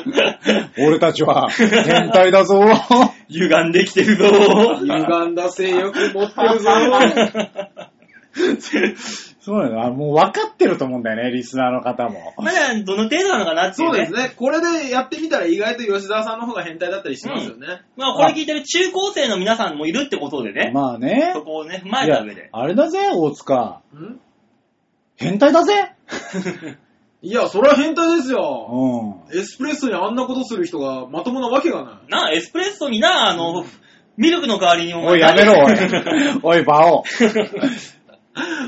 S1: 俺たち *laughs* は変態だぞ。
S2: 歪んできてるぞ
S3: 歪んだ性欲持ってるぞ。
S1: そうなのあもう分かってると思うんだよね、リスナーの方も。
S2: まだどの程度なのかなってい
S3: そううで
S2: ね
S3: す。ね。これでやってみたら意外と吉沢さんの方が変態だったりしますよね。
S2: まあこれ聞いてる中高生の皆さんもいるってことでね、
S1: まあね
S2: そ。こをね、踏まえ
S1: いや
S2: た上で。
S1: あれだぜ、大塚。
S3: ん
S1: 変態だぜ。
S3: いや、それは変態ですよ。
S1: うん。
S3: エスプレッソにあんなことする人がまともなわけがない。
S2: なあ、エスプレッソにな、あの、ミルクの代わりにお前。
S1: おい、やめろ、おい
S2: *laughs*
S1: おい、馬王。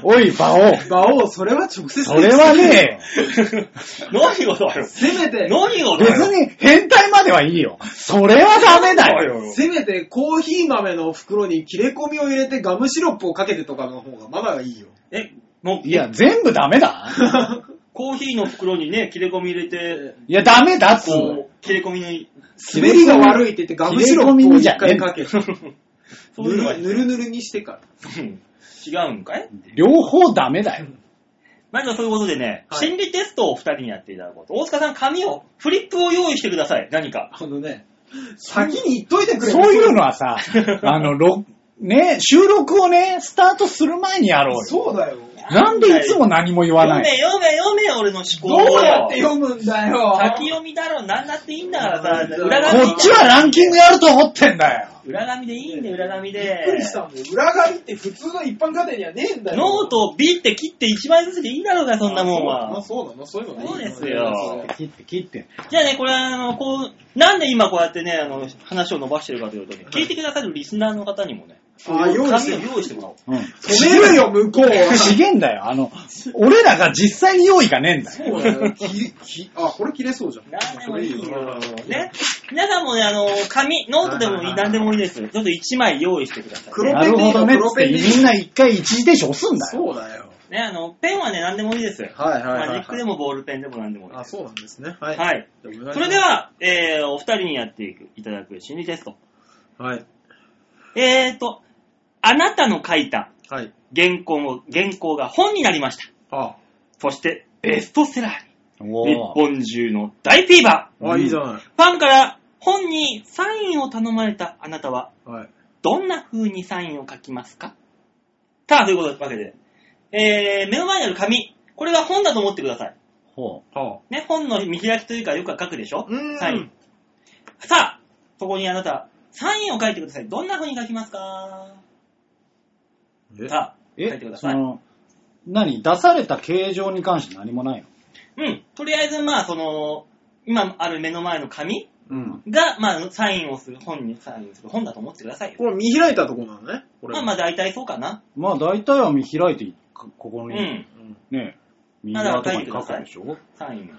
S1: おい、馬王。
S3: 馬王、それは直接
S1: それは
S2: *laughs*
S1: ね、
S2: 何事だよ。
S3: せめて、
S2: 何事だ
S1: 別
S2: よ。
S1: に変態まではいいよ。それはダメだよ。
S3: せめてコーヒー豆の袋に切れ込みを入れてガムシロップをかけてとかの方がまだいいよ。
S2: え、もう、
S1: いや、全部ダメだ。
S2: コーヒーの袋にね、切れ込み入れて、
S1: いや、ダメだっつうの
S2: こう、切れ込みのい、
S3: 滑りが悪いって言ってガムシロップを一回かける。
S2: そう
S3: ぬ
S2: いうのがい
S3: る
S2: い
S3: ぬるぬるにしてから。
S2: うん違うんかい
S1: 両方ダメだよ。
S2: まずはそういうことでね、
S3: はい
S2: 心理テストを二人にやっていただこうと。大塚さん、紙を、フリップを用意してください。何か。
S3: あのね、先に言っといてくれ
S1: そういうのは
S2: *laughs*
S1: さ、あの、ろね、収録をね、スタートする前にやろうよ。
S3: そうだよ。
S1: なんでいつも何も言わ
S2: 読
S1: な
S2: め、
S1: い
S2: 読め、読め、俺の思考
S3: ど
S2: を。
S3: うやって読むんだよ。
S2: 先読みだろ、なんだっていいんだからさ、
S3: うん
S2: 裏
S1: こ
S2: 紙で。
S1: っちはランキングやると思ってんだよ。
S2: 裏紙でいいんだよ、裏紙で。
S3: びっくりしたもん。裏紙って普通の一般家庭にはねえんだよ。
S2: ノートをビって切って1枚ずつでいいんだろうが、そんなもん
S3: あ
S2: は。
S3: そうなのそういうのね
S2: そうですよ
S1: 切って切って。
S2: じゃあね、これ、あの、こう、なんで今こうやってね、あの、話を伸ばしてるかというとね、聞いてくださるリスナーの方にもね、
S3: あ用意して
S2: 紙を用意してもらおう。
S1: うん。
S3: 止めるよ、向こうは。
S1: ちげんだよ。あの、俺らが実際に用意がねえんだ
S3: そ
S1: よ。
S3: うだ *laughs* よ切りあ、これ切れそうじゃん。
S2: なんでもいい
S3: これ
S2: よ。ね。皆さんもね、あの、紙、ノートでもいい、なんでもいいです。ちょっと1枚用意してください。
S3: 黒
S1: な
S3: ペン
S1: る
S3: でいい
S1: ほ
S3: よ
S1: どね。
S3: 黒
S1: つっ
S3: ペン
S1: て
S3: でいいよ
S1: みんな一回一時停止押すんだよ。
S3: そうだよ。
S2: ね、あの、ペンはね、なんでもいいです。
S3: はいはいはいはい
S2: マジックでもボールペンでもなんでもいい
S3: あ、
S2: です。
S3: そうなんですね。はい。
S2: はい。
S3: それ
S2: それで、は、えー、お二人にやっていくいただく心理テスト。
S3: はい。
S2: えーと、あなたの書いた
S3: はい。
S2: 原稿も、原稿が本になりました。
S3: あ、
S2: そして、ベストセラー
S1: お
S2: に。日
S1: ー
S2: 本中の大フィーバー。
S3: あ、いいじゃな
S2: フ
S3: い。
S2: ァンから本にサインを頼まれたあなたは、
S3: はい。
S2: どんな風にサインを書きますかさあ、ということわけで、えー、目の前にある紙、これが本だと思ってください。
S1: ほ
S3: は
S2: ね、本の見開きというかよくは書くでしょ
S3: うーん
S2: サイン。さあ、そこにあなた、サインを書いてください。どんな風に書きますか
S3: あ。え
S2: さあ、
S1: う
S2: 書いてく
S1: え
S2: だ、
S1: そ
S2: さい。
S1: の、何出された形状に関して何もないの
S2: うん。とりあえず、まあ、その、今ある目の前の紙
S3: うん。
S2: が、まあ、サインをする、本にサインをする本だと思ってくださいよ。
S3: これ見開いたとこなのね。これ。
S2: まあまあ、大体そうかな。
S1: まあ大体は見開いていく、ここ
S2: う
S1: に、
S2: ん。
S3: うん
S1: ね、右側とかに書くでしょ
S2: サイン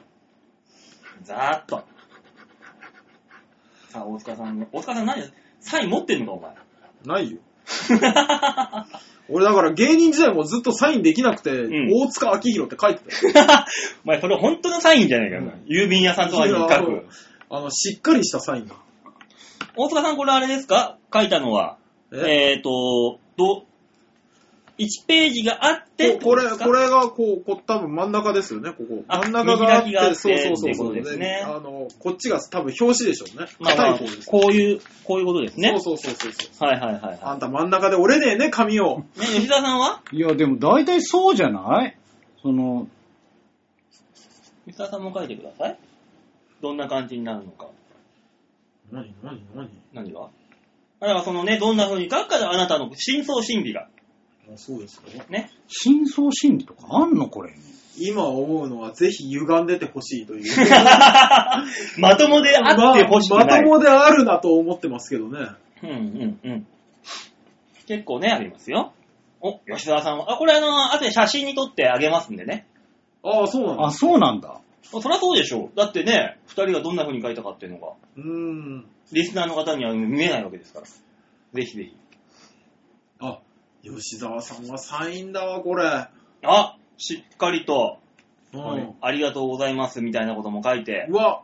S2: ざーっと。さあ、大塚さんの、大塚さん何サイン持ってんの
S3: *laughs*
S2: か、
S3: ないよ。
S2: お前。
S3: 俺だから芸人時代もずっとサインできなくて、
S2: ん
S3: 大塚明宏って書いてたよ。
S2: お前、それ本当のサインじゃないか、お前郵便屋さんとかに書
S3: いや
S2: く。
S3: あの、しっかりしたサインが。
S2: 大塚さん、これあれですか書いたのは。
S3: え
S2: えっ、ー、と、ど、1ページがあってって
S3: こことれ、
S2: ですか
S3: これがこう、こ多分真ん中ですよね、ここ。
S2: あ
S3: 真ん中があっ
S2: 見開き
S3: て、
S2: があって
S3: そうそうそうそう、
S2: ってことですね
S3: あの、こっちが多分表紙でしょうね。
S2: まあま
S3: 硬い
S2: あ
S3: 方です。
S2: こういう、こういうことですね。
S3: そうそうそうそう。
S2: はいはいはい
S3: あ
S2: は
S3: んた真ん中で折れねえね、髪を。
S2: い。ね、吉田さんはい
S1: や、でも大体そうじゃないその、
S2: 吉田さんも書いてください。どんな感じになるのか。
S3: 何、何、何
S2: 何がだからそのね、どんな風に書くかであなたの真相心理
S3: *laughs*
S2: が。
S3: あそうですか
S2: ね。
S1: 真相心理とかあんのこれ。
S3: 今思うのは、ぜひ歪んでてほしいという。
S2: まともで *laughs* あってほしく
S3: ま
S2: な
S3: あま
S2: い。
S3: ともであるなと思ってますけどね。
S2: うんうんうん。結構ね、ありますよ。お、吉沢さんは。あ、これあの、後で写真に撮ってあげますんでね。
S3: ああ、そうなん
S1: あ、
S3: だ。
S1: そうなんだ。
S2: そりゃそうでしょう。だってね、二人がどんな風に書いたかっていうのが、
S3: うーん。
S2: リスナーの方には見えないわけですから。ぜひぜひ。
S3: あ、吉沢さんはサインだわ、これ。
S2: あ、しっかりと、
S3: う
S2: あ
S3: ん
S2: の。ありがとうございますみたいなことも書いて、
S3: うわ、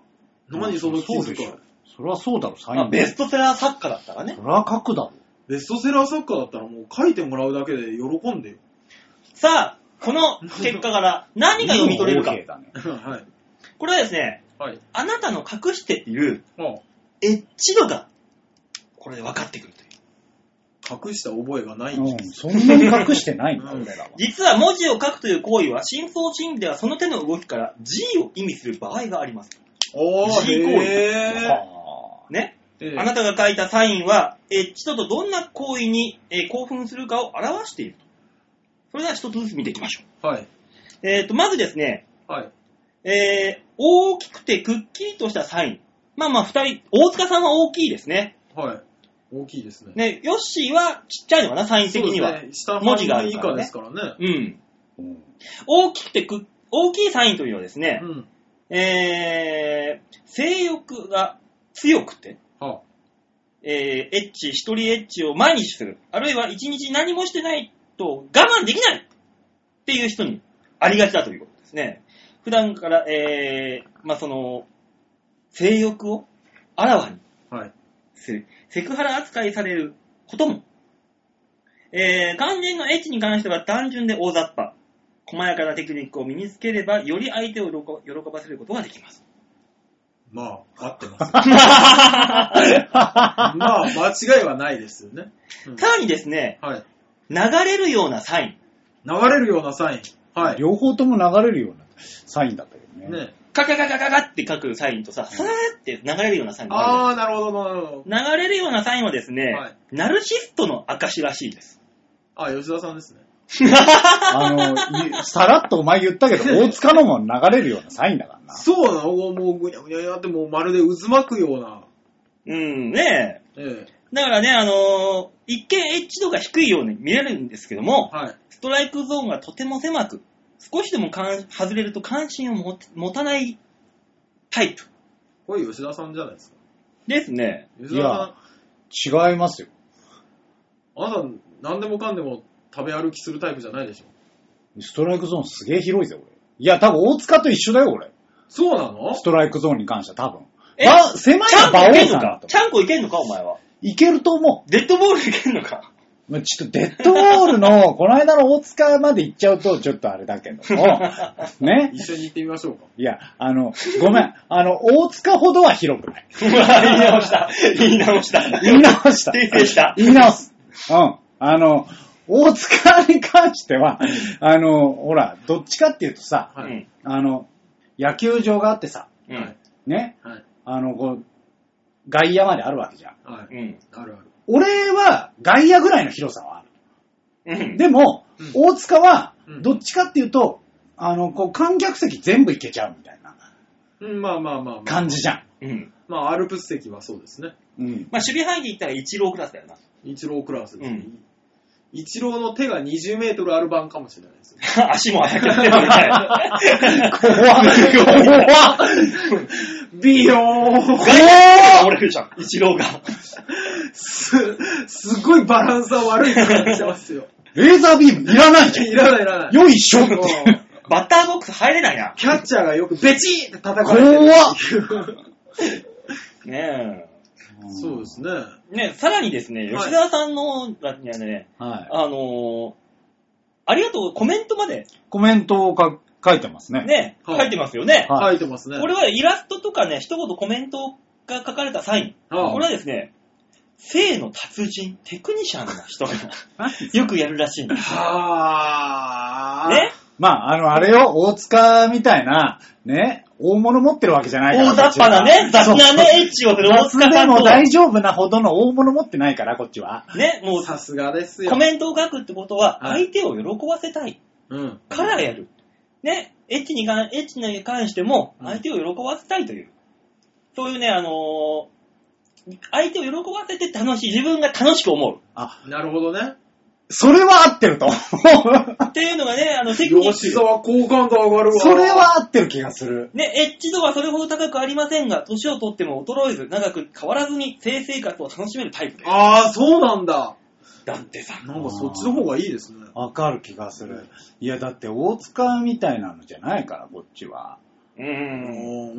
S3: 何その気
S1: そうで
S3: づ
S1: し
S3: か
S1: ょ。。そりゃそうだろ、サイ
S2: まあ
S1: ン。
S2: ベストセラー作家だったらね
S1: そ。りゃ書くだろ。
S3: ベストセラー作家だったらもう書いてもらうだけで喜ん
S2: *laughs*
S3: でよ。
S2: さあ、この結果から何が読み取れるか
S1: いい。の OK だね
S3: はい。
S2: これはですね、
S3: はい。
S2: あなたの隠している
S3: あ
S2: エッジ度が、これで分かってくるという。
S3: 隠した覚えがない気
S1: う
S3: が
S1: ん、そんなに隠してないんだ、
S3: うん
S1: 俺らは。
S2: 実は文字を書くという行為は、真相心理ではその手の動きから G を意味する場合があります。
S3: おー、
S2: G 行為
S3: へ
S1: は
S2: ね。
S3: ー。
S2: あなたが書いたサインは、エッジととどんな行為に、えー興奮するかを表していると。それでは一つずつ見ていきましょ
S3: はい。
S2: う。えっ、と、まずですね、
S3: はい。
S2: えー大きくてくっきりとしたサイン。まあまあ、二人、大塚さんは大きいですね。
S3: はい。大きいですね。
S2: ね、ヨッシーはちっちゃいのかな、サイン的には。
S3: そうですね、下
S2: 文字があ
S3: 半
S2: る
S3: 分以
S2: からね
S3: 下ですからね。
S2: うん。
S1: あうん
S2: 大きくてくっ、大きいサインというのはですね
S3: う、ん。
S2: えー性欲が強くて、
S3: は
S2: えーエッチ、一人エッチを毎日する。あるいは一日何もしてないと我慢できないっていう人にありがちだということですね。普段から、えーまあその、性欲をあらわに
S3: あ、はい。
S2: する。セクハラ扱いされることも。えー、肝心のエッチに関しては単純で大雑把。細やかなテクニックを身につければ、より相手を喜喜ばせることができます。
S3: まあ、合って
S2: *laughs*
S3: ます。まあ、間違いはないですよね。うん
S2: さらにですね、
S3: はい。
S2: 流れるようなサイ
S3: 流れるようなサイン。はい。
S1: 両方とも流れるようなサインだったけどね。
S3: ね。
S2: ン、カカカカカカって書くサインとさ、さーって流れるようなサインがあ
S3: あー、なるほど、なる
S2: る。
S3: ほ
S2: 流れるようなサインはですね、
S3: ど。はい。
S2: ナルシストの証らしいです。
S3: あ、吉田さんですね。
S1: あの、いさらっとお前言ったけど、
S2: *laughs*
S1: 大塚のも流れるようなサインだからな。
S3: そうなのもうぐにゃぐにゃぐにゃって、もうまるで渦巻くような。
S2: うん、ねえ。
S3: ええ。
S2: だからね、あのー一見エッジ度が低いように見えるんですけども、
S3: はい。
S2: ストライクゾーンがとても狭く、少しでもかん外れると関心を持て持たないタイプ
S3: これ吉田さんじゃないですか。
S2: ですね。
S3: 吉田さん、
S1: 違いますよ。
S3: あなた何でもかんでも食べ歩きするタイプじゃないでしょ。
S1: ストライクゾーンすげえ広いぜ、俺。いや、多分大塚と一緒だよ、俺。
S3: そうなの
S1: ストライクゾーンに関しては多分。
S2: え
S1: ば狭い
S2: ちゃ
S1: の
S2: んこ
S1: 馬
S2: いけ
S1: 王
S2: ん
S1: さ
S2: の
S1: んだ
S2: か
S1: と。
S2: ちゃんこいけんのかお前は。
S1: いけると思
S2: デッドボールいけんのか
S1: う。まあちょっとデッドボールの、この間の大塚まで行っちゃうと、ちょっとあれだけど
S2: *laughs*
S1: も。ね。
S3: 一緒に行ってみましょうか。
S1: いや、あの、ごめん。あの、大塚ほどは広くない。
S2: うわ *laughs* 言い直した。言い直した。
S1: 言い直した。
S2: 訂正した。
S1: 言い直す。うん。あの、大塚に関しては、あの、ほら、どっちかっていうとさ、
S3: はい。
S2: うん
S1: あの、野球場があってさ、
S2: う
S3: はい
S2: ん。
S1: ね、
S3: はい。
S1: あの、こう、外野まであるわけじゃん。
S3: はい。
S2: うん。
S3: あるある。
S1: 俺は外野ぐらいの広さはある。
S2: うん。
S1: でも、
S3: うん
S1: 大塚は
S3: う、ん
S1: どっちかっていうと、あの、こう、観客席全部行けちゃうみたいな
S3: うん、まあまあまあまあ。
S1: 感じじゃん。
S2: うん。
S3: まあ、アルプス席はそうですね。
S1: うん。
S2: まあ、守備範囲で言ったら一郎クラスだよな。
S3: 一郎クラスです、
S2: う
S3: ね
S2: ん
S3: 一郎の手が20メートルある版かもしれないです
S2: *laughs*
S3: よ。
S2: 足も速くなってるみたいな。 *laughs*
S1: 怖っ怖っ
S3: ビヨーン
S2: 外野折れるじゃん。一郎が。
S3: す、すごいバランスは悪い感じしてますよ。
S1: レーザービームいらないじゃん
S3: いらないいらない。
S1: よいしょって
S3: もう
S2: バッターボックス入れないな。
S3: キャッチャーがよくベチーって叩かれてる
S2: ね
S3: *laughs* そうですね。
S2: え。ねさらにですね、
S3: はい
S2: 吉沢さんの、にはね、
S1: はい。
S2: あのーありがとう、コメントまで
S1: コメントをか書いてますね。
S2: ね、
S3: はい
S2: 書いてますよね。
S1: は
S3: 書
S1: い。
S3: いてますね。
S2: これはイラストとかね、一言コメントが書かれたサイン。
S3: ああ
S2: これはですね、性の達人、テクニシャンな人がよくやるらしいんです。
S3: はあ。
S2: ね
S1: まあ、あの、あれよ、大塚みたいな、ね、大物持ってるわけじゃないから。
S2: 大雑把なね、
S1: こっち
S2: 雑
S1: は
S2: なね、エッチをする大
S1: そう
S2: 塚
S1: 雑
S2: さ
S1: で
S2: ん
S1: も
S2: と、
S1: 大丈夫なほどの大物持ってないから、こっちは。
S2: ね、もう
S3: さすがですよ。
S2: コメントを書くってことは、
S3: は
S2: 相
S3: い
S2: 手を喜ばせたい
S3: うん。
S2: からやる。ね、エッチに関エッチに関しても、
S3: うん
S2: 相手を喜ばせたいという。そういうね、あのー相手を喜ばせて楽しい、自分が楽しく思う。
S1: あ、
S3: なるほどね。
S1: それは合ってると思う。
S2: っていうのがね、あの、テクニック
S3: 吉。沢好感度上がるわ。
S1: それは合ってる気がする。
S2: ね、エッジ度はそれほど高くありませんが、年を取っても衰えず、長く変わらずに性生活を楽しめるタイプです。
S3: ああ、そうなんだ。
S2: だってさ、
S3: なんかそっちの方がいいですね。
S1: わかる気がする。いや、だって大塚みたいなのじゃないから、こっちは。
S2: う
S3: う
S2: ーん。
S3: んうん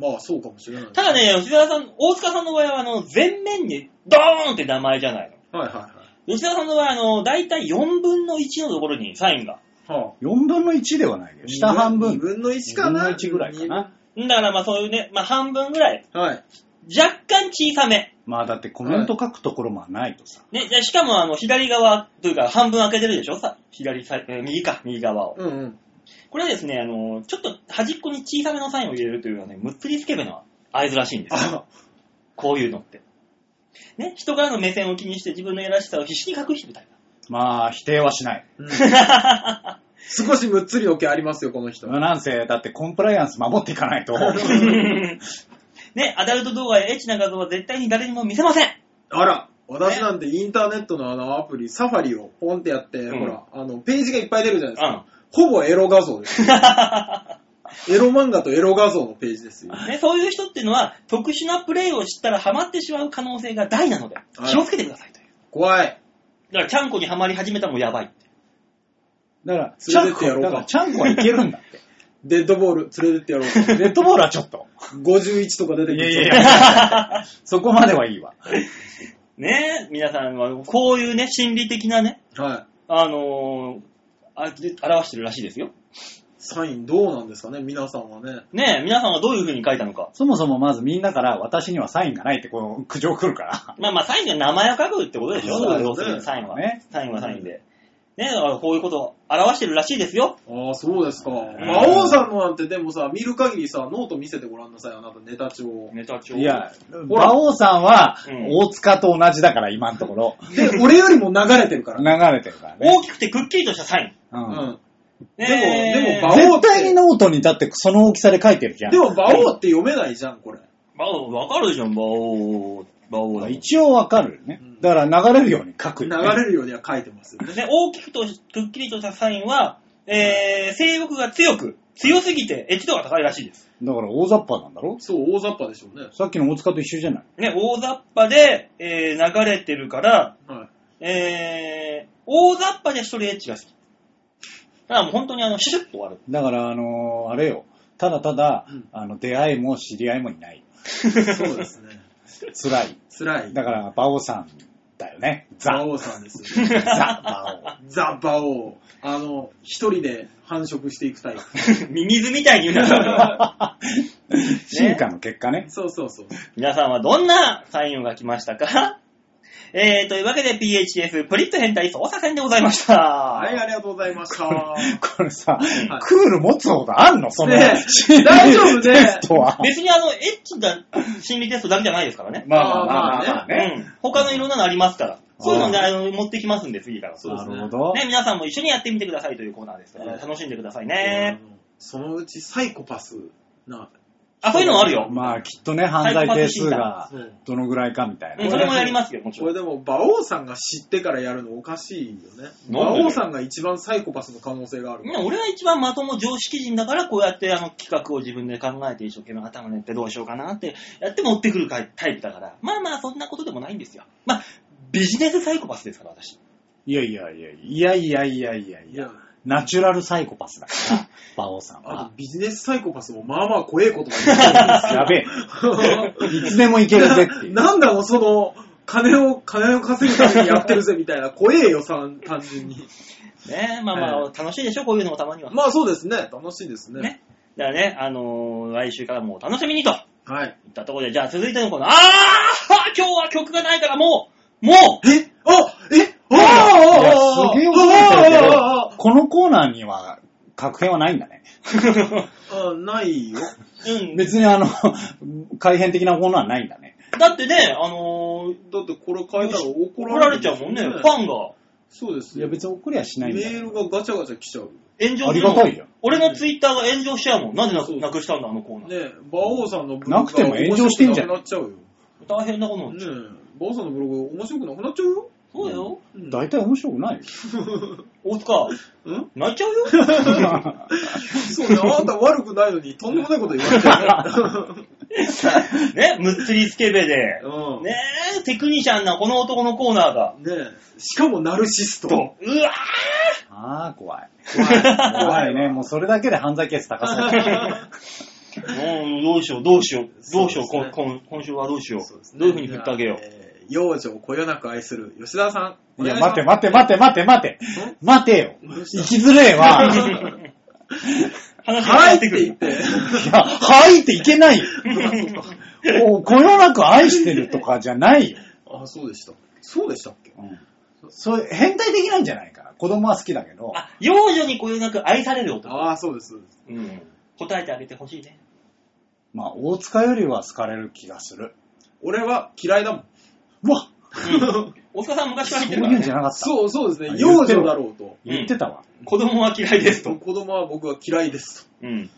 S3: まあそうかもしれない。
S2: ただね、吉沢さん、大塚さんの場合は、あの、全面にドーンって名前じゃないの。
S3: はいはい
S2: 吉沢さんの場合は、あの、だいたい4分の1のところにサインが。
S3: はい。はあ
S1: 4分の1ではないけど、下半
S3: 2
S1: 分。
S3: 分の1かな
S1: 2分の1ぐらいかな。
S2: だからまあそういうね、まあ半分ぐらい、
S3: はい。
S2: 若干小さめ。
S1: まあだってコメント書くところもないとさ。
S2: ね、でしかもあの、左側というか、半分開けてるでしょさ、左さ、えー右か、右側を。
S3: うん *laughs* うん。
S2: これですね、あの、ちょっと端っこに小さめのサインを入れるというのはね、むっつりスケベの合図らしいんですよ。
S1: あ
S2: こういうのって。ね、人からの目線を気にして自分の偉しさを必死に隠してみたい
S1: まあ否定はしない。
S3: うん
S2: な。
S3: 少しむっつりオケありますよ、この人。
S1: なんせ、だってコンプライアンス守っていかないと。
S2: ね、アダルト動画やエッチな画像は絶対に誰にも見せません。
S3: あら、私なんてインターネットのあのアプリ、サファリをポンってやって、
S2: うん
S3: ほら、あの、ページがいっぱい出るじゃないうですか。
S2: ん。
S3: ほぼエロ画像 *laughs* です。エロ漫画とエロ画像のページですよ。
S2: ね、そういう人っていうのは、特殊なプレイを知ったらハマってしまう可能性が大なので、
S3: はい
S2: 気をつけてくださいという。
S3: 怖い。
S2: だから、ちゃんこにはまり始めたのもやばいって。
S1: だから、チ
S3: 連
S1: ャ
S3: れてっ
S1: ンコ、
S3: てやろうか
S1: だからチャンコはいけるんだって。
S3: デッドボール連れてってやろうか。
S1: レッドボールはちょっと。
S3: *laughs* 51とか出てくる。
S1: いやいやいや、そこまではいいわ。
S2: ね皆さんは、こういうね、心理的なね、
S3: はい。
S2: あのーあで表してるらしいですよ。
S3: サインどうなんですかね、皆さんはね。
S2: ね皆さんはどういう風に書いたのか。
S1: そもそもまずみんなから私にはサインがないってこの苦情来るか
S2: まあまあ、サインには名前を書くってことでしょ
S3: そうですね
S2: 要するにサインは。
S1: ね
S2: サインはサインで。ねだからこういうことを表してるらしいですよ。
S3: ああ、そうですか。魔王さんのなんてでもさ、見る限りさ、ノート見せてごらんなさい、あなたネタ帳を。
S2: ネタ帳
S1: ら。いや、
S3: ほら
S1: 馬王さんは
S2: うん
S1: 大塚と同じだから今のところ
S3: で、俺よりも流れてるから
S1: 流
S3: ね。
S1: れてるからね。
S2: 大きくてくっきりとしたサイン。
S1: う
S3: うんん。
S2: ね
S3: でもでも馬王
S1: 絶対にノートにだってその大きさで書いてるじゃん
S3: で。も、魔王って読めないじゃん、これ。
S2: 馬王、わかるじゃん、馬王。馬王だ。ね、
S1: 一応わかるよね
S3: うん。
S1: だから流れるように書く
S3: 流
S1: よね、
S3: れるようには書いてますよね。
S2: 大きくとくっきりとしたサインは、えー、性欲が強く、強すぎて、エッチ度が高いらしいです。
S1: だから大雑把なんだろ
S3: そう、大雑把でしょうね。
S1: さっきの大塚と一緒じゃない
S2: ね、大雑把で、えー、流れてるから、
S3: はい。
S2: えー、大雑把で一人エッチが好き。だからもう本当にあの、シュシュッと終わる。 *laughs*
S1: だから、あのーあれよ。ただただ、
S3: うん
S1: あの、出会いも知り合いもいない。
S3: *laughs* そうですね。
S1: 辛い。
S3: 辛い。
S1: だから、馬王さんだよね。
S3: ザ・
S1: ザ。
S3: オさんですよ。
S1: *laughs* ザ、馬
S3: ザ・バオあの、一人で繁殖していくタイプ。
S2: ミミズみたいに言うな。
S3: *laughs*
S1: 王。進化の結果ね。
S3: そうそうそう。
S2: 皆さんはどんなサインを書きましたかえー、というわけで PHS プリット変態操作戦でございました。
S3: はい、ありがとうございました。
S1: これさ、クール持つ方があんのその、
S3: ねえ
S1: 心理
S3: 大丈夫ね
S1: テストは。
S2: 別にあの、エッチな心理テストだけじゃないですからね。
S1: まあまあまあまあまあね。
S2: うん。他のいろんなのありますから。そういうのね、
S1: あ
S2: あの、持ってきますんで、次から。
S3: そうですね
S1: なるほど。
S2: ね、皆さんも一緒にやってみてくださいというコーナーですから、
S3: うん
S2: 楽しんでください
S3: あ
S2: ね。
S3: のそのうちサイコパスな。
S2: あ、そういうのもあるよ。
S1: まあ、きっとね、犯罪定数が
S3: そう
S1: どのぐらいかみたい
S2: うん、
S1: な。
S2: それもやりますよ、もち
S3: こ
S2: ろ
S3: れ
S2: ん。
S3: でも、馬王さんが知ってからやるのおかしいよね。馬
S2: なんで
S3: 王さんが一番サイコパスの可能性がある
S2: い。や俺は一番まとも常識人だから、こうやってあの企画を自分で考えて一生懸命頭練ってどうしようかなってやって持ってくるタイプだから、まあまあそんなことでもないんですよ。まあ、ビジネスサイコパスですから、私。
S1: いやいやいやいやいやいやいやい
S3: い
S1: や
S3: や、、
S1: ナチュラルサイコパスだから、馬王さん
S3: あ
S1: は
S3: と。ビジネスサイコパスもまあまあ怖えことが
S1: やべえ。
S3: 言
S1: *laughs*
S3: ってる
S1: いつでもいけるぜってい
S3: *laughs*
S1: う。
S3: ななんだろう、その、金を、金を稼ぐためにやってるぜみたいな、怖えよ、さん単純に。
S2: ねまあまあ、楽しいでしょ、こういうのもたまには。
S3: まあそうですね、楽しいですね。
S2: ねだからね、あのー来週からもうお楽しみにと
S3: は
S2: い
S3: い。
S2: ったところで、じゃあ続いてのこの、あー今日は曲がないからもう、もう
S3: えあえあ
S1: い
S3: あ
S1: や
S3: ああ
S1: すげえ驚いたけ
S3: あ
S1: ど
S3: あ、
S1: このコーナーには、確変はないんだね。
S3: ああないよ。
S2: うん。
S1: 別にあの、改変的なものはないんだね。
S2: だってね、あのー
S3: だってこれ変えたら怒
S2: 怒
S3: ら
S2: ら
S3: れ
S2: れ
S3: る
S2: ちゃうもんね、フ
S3: パン
S2: ァンが。
S3: そうです
S1: い
S3: よ。
S1: や
S3: メ
S1: 別に怒りはしないんだけ
S3: ール
S1: ど。
S3: がガチャガチャ来ちゃう。
S2: 炎上する
S1: ありがたいじゃん。
S2: 俺のツイッターが炎上しちゃうもん。なんでな
S3: そう
S2: なくしたんだ、あのコーナー。
S3: ねえ、馬王さんのブログ
S1: なくても炎上してんじゃん
S3: 面白くなくなっ
S2: 大変なことになっ
S3: ち
S2: ち
S3: ゃ
S2: ゃ
S3: う
S2: う。
S3: よ。ねえ、馬王さんのブログ面白くなくなっちゃうよ。
S2: そうだよ。
S3: うん
S1: 大体面白くない *laughs* よ。
S2: 大塚、
S3: うん
S2: 泣いちゃう *laughs* よ。
S3: そうね、あんた悪くないのにとんでもないこと言われちゃ
S1: *laughs*
S3: う。
S2: ね、むっつりスケベで。
S3: うん
S2: ねえ、テクニシャンなこの男のコーナーが。
S3: ねえ、しかもナルシスト。怖
S2: うわ
S1: ああ、怖い。
S3: い
S1: 怖いね。もうそれだけで犯罪ケース高そう。
S2: ーもうどうしよう、どうしよう、どうしよう、
S3: そうですね
S2: こん今今週はどうしよう。
S3: そうですね
S2: どういう風に振ってあげよう。
S3: えー幼女をこよなく愛する吉田さん。
S1: いや、待て待て待て待て待て。待てよ。
S3: どうし
S1: 生きづれえわ。
S2: 話が
S3: は
S2: 変わ
S3: い
S2: っ
S3: ってて
S2: く
S3: 言
S2: る
S3: っ。て。
S1: いや、はいっていけ
S2: *laughs*
S1: ないよ。おこよなく愛してるとかじゃないよ。
S3: あ、そうでした。そうでしたっけ
S1: うん、そう変態的なんじゃないから。子供は好きだけど。
S2: あ、幼女にこよなく愛される男。
S3: ああ、そうです。そうです
S2: うん。答えてあげてほしい *laughs* ね。
S1: まあ、大塚よりは好かれる気がする。
S3: 俺は嫌いだもん。
S1: うわ
S2: うん。大塚さん昔から言っ
S1: こ
S2: てるから、
S1: ういうんじゃ
S2: ね、
S1: なかった。
S3: そう、そうです
S1: あ
S3: ね。
S1: 言
S3: 幼
S1: ってる
S3: 女だろうと。
S1: 言ってたわ。
S2: 子供は嫌いですと。
S3: 子供は僕は嫌いです
S2: う
S3: と。
S2: ん。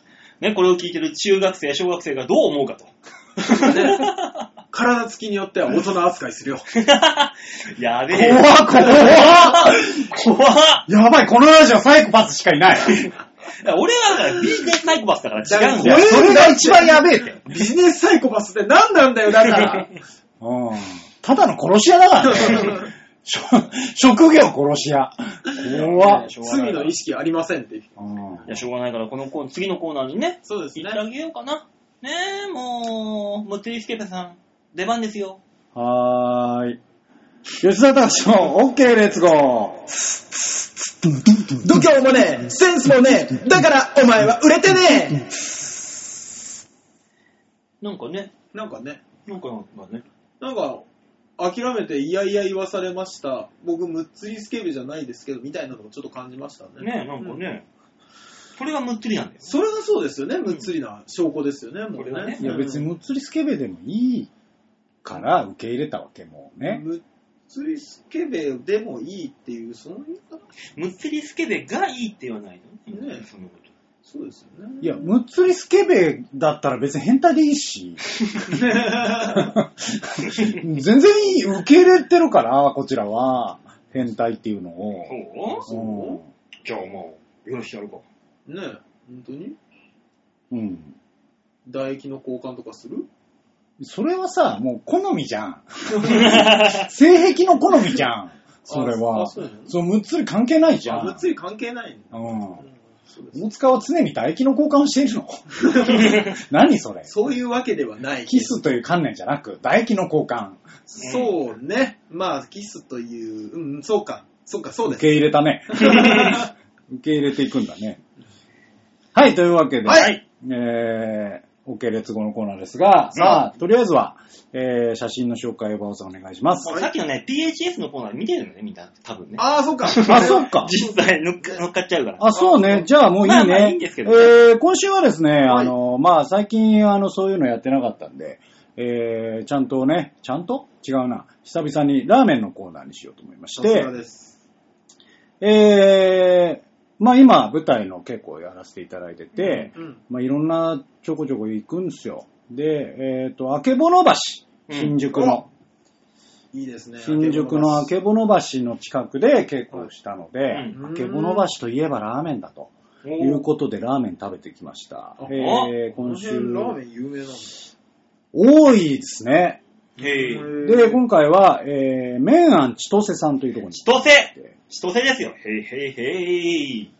S2: ね、これを聞いてる中学生、小学生がどう思うかと。 *laughs*
S3: 体つきによっては大人扱いするよ。
S2: やべえ
S1: 怖。っ怖っ
S2: 怖っ
S1: やばい、このラジオサイコパスしかいない。
S2: 俺はだからビジネスサイコパスだから違うん
S1: い
S2: だ
S1: や
S2: よ。
S1: それが一番やべえって。
S3: ビジネスサイコパスって何なんだよ、だ
S2: *laughs*
S3: から。
S1: うん。ただの殺し屋だからね。しょ職業殺し屋。怖っ。
S3: 罪の意識ありませんって。
S1: うん
S2: いや、しょうがないから、このコー次のコーナーにね、
S3: そうです
S2: 行ってあげようかな。ねえ、もう、もう、テリスケペさん、出番ですよ。
S1: はーい。吉田達の OK レッツゴー
S4: 度胸もねえ、センスもねえ、だからお前は売れてね
S2: なんかね、
S3: なんかね、
S2: なんかなんかね。
S3: なんか、諦めていやいや言わされました。僕、むっつりスケベじゃないですけど、みたいなのもちょっと感じましたね。
S2: ねえ、なんか
S3: う。
S2: ね、これがむっつりなんだよ。
S3: それがそうですよね、むっつりな証拠ですよね、も
S2: これ
S3: う
S2: はね
S3: ね。
S1: いや別にむっつりスケベでもいいから受け入れたわけもうね。
S3: むっつりスケベでもいいっていう、その言い方
S2: むっつりスケベがいいって言わないの
S3: ねえ
S2: そのこと。
S3: そうですよね。
S1: いや、むっつりスケベだったら別に変態でいいし。全然いい、受け入れてるから、こちらは。変態っていうのを。
S2: そう
S1: うん
S2: じゃあもう、よろしやるか。
S3: ねえ、本当に
S1: うん。
S3: 唾液の交換とかする
S1: それはさ、もう好みじゃん。性癖の好みじゃん。それ
S3: あ
S1: は。
S3: そうなの
S1: そう、むっつり関係ないじゃ
S3: あ
S1: ん。
S3: むっつり関係ないの
S1: うん。
S3: そうです
S1: 大塚は常に唾液の交換をしているの何それ
S3: そういうわけではない。
S1: キスという観念じゃなく、唾液の交換。
S3: そうね。まあ、キスという、うん、そうか。そうか、そう
S1: 受
S3: です。
S1: け入れたね。受け入れていくんだね。はい、というわけで、
S2: はい
S1: えー、OK 列語のコーナーですが、さあ、とりあえずは、えー、写真の紹介をバオさんお願いします。
S2: もうさっきのね、PHS のコーナー見てるのね、みんな、多分ね。
S3: ああ、そう
S1: *laughs*
S3: か。
S1: あ、そうか。
S2: 実際乗っか乗っかっちゃうから。
S1: あ、そうね。じゃあもういいね。
S2: まあまあいいんですけどね
S1: えー、今週はですね、
S3: はい
S1: あの、まあ最近、あの、そういうのやってなかったんで、えー、ちゃんとね、ちゃんと違うな。久々にラーメンのコーナーにしようと思いまし
S3: さすが
S1: て、
S3: です。
S1: えー、まあ今、舞台の結構やらせていただいてて、
S3: うん。
S1: まあいろんなちょこちょこ行くんですよ。で、えっ、と、あけぼの橋、新宿の。
S3: いいですね。
S1: 新宿のあけぼの橋の近くで稽古をしたので、
S2: うん
S1: あけぼの橋といえばラーメンだと。
S2: おー
S1: ということで、ラーメン食べてきました
S3: あ。
S1: えー、
S3: この
S1: 今週
S3: 辺、ラーメン有名なんだ。
S1: 多いですね。
S2: へえ。
S1: で、
S3: この
S1: 今回は、えー、麺庵千歳さんというところに
S2: 千歳
S1: 行って、
S2: 千歳ですよ。へいへいへい。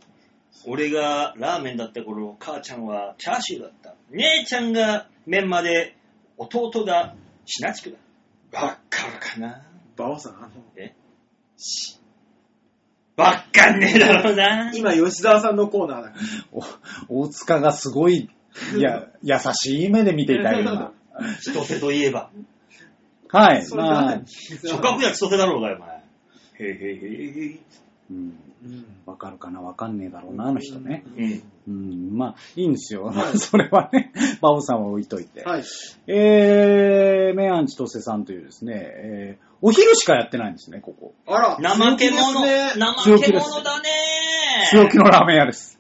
S2: 俺がラーメンだった頃、母ちゃんはチャーシューだった。姉ちゃんがメンマで、弟がシナチクだ。ばっかるかな。
S3: バオさん、あの、
S2: しばっかんねえだろうな。
S3: 今、吉沢さんのコーナーだか
S1: お大塚がすごい、
S3: *laughs*
S1: いや、優しい目で見ていたような。
S2: 千歳といえば。
S1: は
S3: ら。
S1: い。
S3: それじゃ
S1: ま
S3: な
S1: あ
S3: い、。
S2: 諸閣や千歳だろうがよ、お前。へいへいへいへい。
S1: うん、
S3: うん
S1: わかるかなわかんねえだろうな、あの人ね。
S2: うん。
S1: うん、まあ、いいんですよ。 *laughs* それはね、バオさんは置いといて。
S3: はい。
S1: えー、麺庵千歳さんというですね、えー、お昼しかやってないんですね、ここ。
S3: あら、
S2: 怠け者、
S3: 強気で
S2: 怠
S3: すね
S2: け者だね
S1: 強気のラーメン屋です。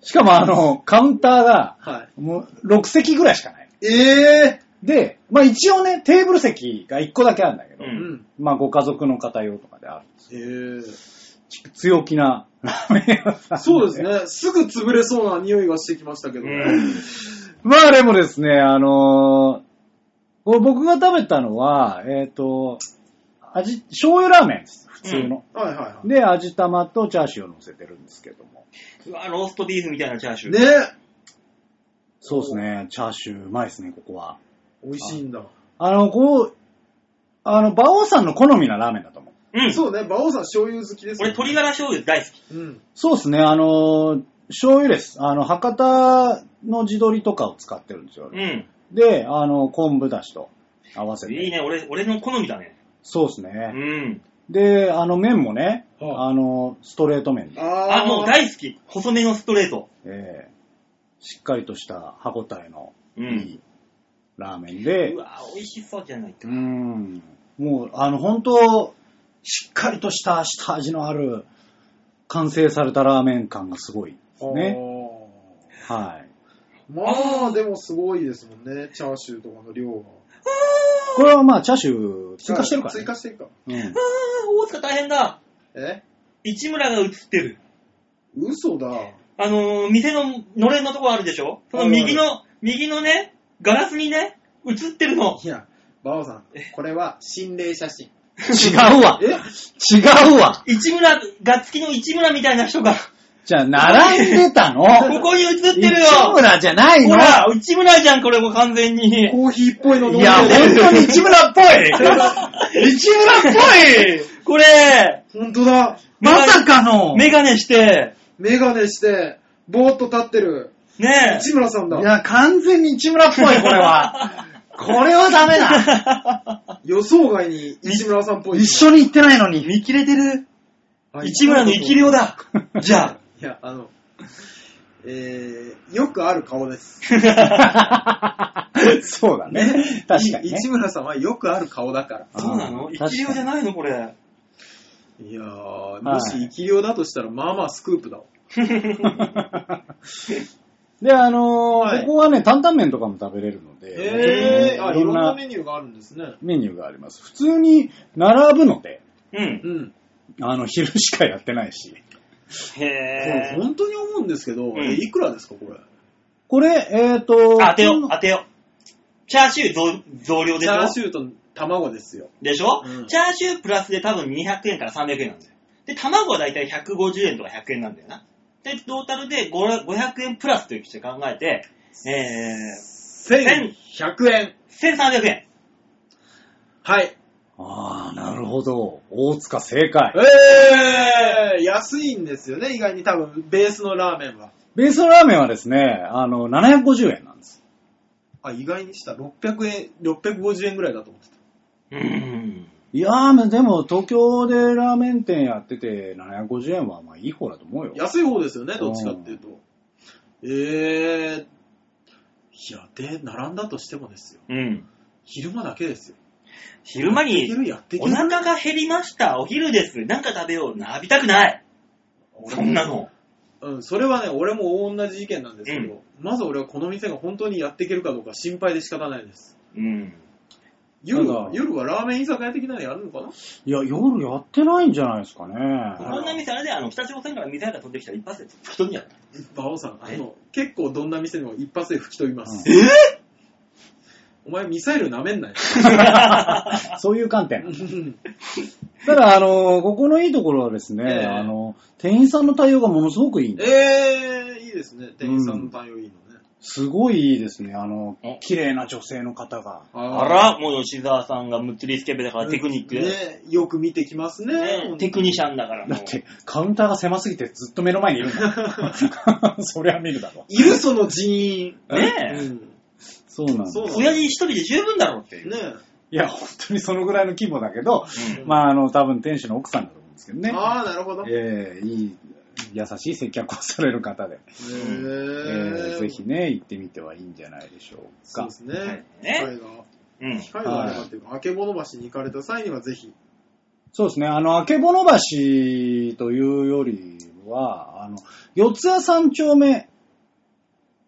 S1: しかもあの、カウンターが、
S3: は
S1: もう6席ぐらいしかない。
S3: い。え
S1: で、まあ一応ね、テーブル席が1個だけあるんだけど、
S2: う
S3: ぇ
S2: ん
S3: うん。
S1: まあご家族の方用とかである。
S3: えー
S1: ち強気なラーメン屋さん
S3: そうです。ね。すぐ潰れそうな匂いがしてきましたけど。
S2: うん。
S1: まあでもですね、あのーこう僕が食べたのは、えっ、と、味、醤油ラーメンです。普通の。
S3: はいはいは
S1: で、味玉とチャーシューを乗せてるんですけども。
S2: うわ、ローストビーフみたいなチャーシ
S3: い。
S2: ュー。
S3: ね
S1: そうですね、チャーシューうまいですね、ここは。
S3: 美味しいんだ。
S1: あの、こう、あの、馬王さんの好みなラーメンだと思う。
S2: うん。
S3: そうね、馬王さん醤油好きです、
S2: 俺、
S3: ね。
S2: 鶏ガラ醤油大好き。
S3: うん。
S1: そうですね、あのー醤油です。あの、博多の地鶏とかを使ってるんですよ。
S2: うん。
S1: で、あの、昆布だしと合わせて。
S2: いいね、俺、俺の好みだね。
S1: そうです
S2: う
S1: ね。
S2: ん。
S1: で、あの、麺もね、
S3: は
S1: あの、ストレート麺で、
S3: あ
S2: あ、もう大好き。細めのストレート。
S1: えーしっかりとした歯ごたえの
S2: う
S1: い
S2: ん。
S1: いラーメンで、
S2: う
S1: う
S2: わ、美味しそうじゃないか。
S1: ーん、もう、あの、本当しっかりとした下味のある、完成されたラーメン感がすごいですね。
S3: ね。
S1: はい。
S3: まあ、でもすごいですもんね、チャーシューとかの量が。
S1: これはまあ、チャーシュー追加してるから、ね。
S3: 追加してるか。
S1: うん
S2: あ。ー、大塚大変だ。
S3: え
S2: 市村が映ってる。
S3: 嘘だ。
S2: あのー、店ののれんのとこあるでしょその右の、右のね、ガラスにね、映ってるの。
S3: いや、バオさん、これは心霊写真。
S1: 違うわ
S3: え
S1: 違うわ
S2: 市村、ガッツキの市村みたいな人が、
S1: じゃあ、並んでたの
S2: ここに映ってるよ
S1: 市村じゃない
S2: ほ
S1: の
S2: ら、市村じゃん、これもう完全に。
S3: コーヒーっぽいの飲ん
S1: い
S3: で
S1: や、
S3: る
S1: 本当に *laughs* 市村っぽい市村っぽい
S2: これ、
S3: 本当だ。
S1: *laughs* まさかの
S2: メガネして、
S3: メガネして、ぼーっと立ってる。
S2: ね
S3: 市村さん
S1: い
S3: だ。
S1: や、完全に市村っぽい、これ
S2: *laughs*
S1: *laughs* は。これはダメだ。 *laughs*
S3: 予想外に市村さんっぽい。
S1: 一緒に行ってないのに見切れてる。
S3: は
S2: え、
S3: い
S2: 市村の生き量 *laughs* だ。
S1: *laughs*
S2: じゃ
S3: いや、あの、えー、よくある顔です。
S1: *laughs* そうだね。確かに、
S3: い市
S1: ね。
S3: 村さんはよくある顔だから。
S2: あ。そうなの
S1: うん
S2: 生き量じゃないのこれ。
S3: いやー、
S1: は
S3: も
S1: い
S3: し生き量だとしたら、まあまあスクープだわ。
S1: *laughs* で、あのー
S3: はい
S1: ここはね、担々麺とかも食べれるので、
S3: えー、あ、い
S1: い
S3: ろ
S1: ろん
S3: ん
S1: な
S3: なメニューがあるんですね。
S1: メニューがあります。普通に並ぶので、
S2: うん。
S3: うん。
S1: あの、 *laughs* 昼しかやってないし。
S3: こ
S2: へ
S3: れ
S2: ぇ
S3: 本当に思うんですけど、
S2: ん
S3: えいくらですか、これ。
S1: これ、えっ、ー、と、
S2: 当てよう、当てよう。チャーシュー増増量で
S3: チ
S2: し
S3: ャー
S2: ょ
S3: シューと卵ですよ。
S2: でしょ、
S3: うん
S2: チャーシュープラスで多分200円から300円なんだよ。で、卵はだいたい150円とか100円なんだよな。で、トータルで500 500円プラスというして考えて、え
S3: 1100円。
S2: ー、1300円。
S3: はい。
S1: ああ、なるほど。大塚正解。
S3: えー、安いんですよね、意外に多分、ベースのラーメンは。
S1: ベースのラーメンはですね、あの、750円なんです。
S3: あ、意外にした。600円、650円ぐらいだと思ってた。
S2: うーん。
S1: いやー、でも東京でラーメン店やってて750円はまあいい方だと思うよ。
S3: 安い方ですよね、どっちかっていうと。えー、いや、で、並んだとしてもですよ。
S2: うん。
S3: 昼間だけですよ。
S2: 昼間
S3: やってい
S2: に、
S3: けるやっていけ
S2: お
S3: る
S2: 腹が減りました、お昼です、なんか食べよう、並びたくない。
S3: 俺
S2: そんなの。
S3: うん、それはね、俺も同じ意見なんですけど、まず俺はこの店が本当にやっていけるかどうか心配で仕方ないです。
S2: うん。
S3: 夜
S1: た
S3: は
S1: だ、
S3: 夜はラーメン居酒屋的なのやるのかない
S1: や、夜やってないんじゃないですかね。
S2: こんな店あれで、あの、北朝鮮からミサイルが飛んできたら一発で吹き飛んじゃった。
S3: 馬王さん、あ
S2: え
S3: の、結構どんな店でも一発で吹き飛びます。
S1: うん
S3: お前ミサイル舐めんなよ。
S1: *laughs* そういう観点。 *laughs* ただ、あの、ここのいいところはですね、
S3: ええ
S1: あの、店員さんの対応がものすごくいいんで
S3: えー、いいですね。店員さんの対応いいのね。
S1: すごいいいですね、あの
S2: え、
S1: 綺麗な女性の方が。
S3: あ
S2: あら、もう吉沢さんがむっつりスケベだからテクニックで。
S3: ね、よく見てきますね。
S2: ねテクニシャンだからも
S1: だ
S2: う。
S1: って、カウンターが狭すぎてずっと目の前にいるんだ。 *laughs* そりゃ見るだろ。
S3: いるその人員。う
S2: ね
S3: ん
S1: そうなんです。
S3: そう
S2: え。
S3: なん
S2: 親父一人で十分だろうっていう。
S3: ね
S1: いや、本当にそのぐらいの規模だけど、
S2: うん
S1: まあ、あの、多分店主の奥さんだと思うんですけどね。
S3: ああ、なるほど。え
S1: ええいい、優しい接客をされる方で、ええ
S3: ー
S1: ぜひね、行ってみてはいいんじゃないでしょう
S3: そう
S1: か
S3: で。すね。
S2: ね
S3: はいが
S2: うん。
S3: 機会があればっていうか、あけぼの橋に行かれた際にはぜひ。
S1: そうですね、あの、あけぼの橋というよりは、あの、四谷三丁目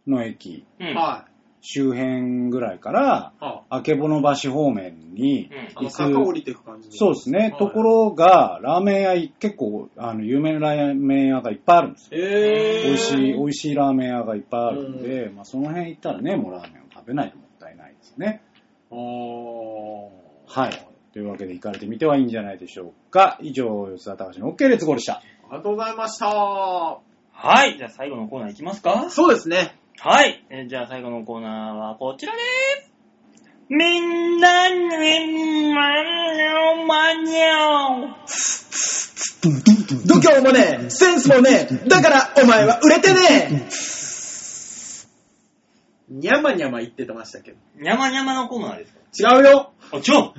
S1: の駅
S2: うん。
S3: は
S1: 周辺ぐらいから、
S3: い。は
S1: あけぼの橋方面に
S2: うん
S3: い。あの、坂降りていく感じ
S1: そうですね、
S3: はい
S1: ところが、ラーメン屋、結構、あの、有名なラーメン屋がいっぱいあるんですよ。
S3: えー。
S1: 美味しい、美味しいラーメン屋がいっぱいあるんで、まあ、その辺行ったらね、もうラーメンを食べないともったいないですね。
S3: おー
S1: はい。というわけで行かれてみてはいいんじゃないでしょうか。以上、四田隆の OK 列ゴールでした。
S3: ありがとうございました。
S2: はい。じゃあ最後のコーナーいきますか
S3: そうですね。
S2: はい。えーじゃあ最後のコーナーはこちらです。みんなに、まにょまにょ。
S4: 度胸もねえ、センスもねえ、だからお前は売れてね
S3: にゃまにゃま言ってましたけど。
S2: にゃまにゃまのコーナーですか
S3: 違うよ
S2: あ、ちょ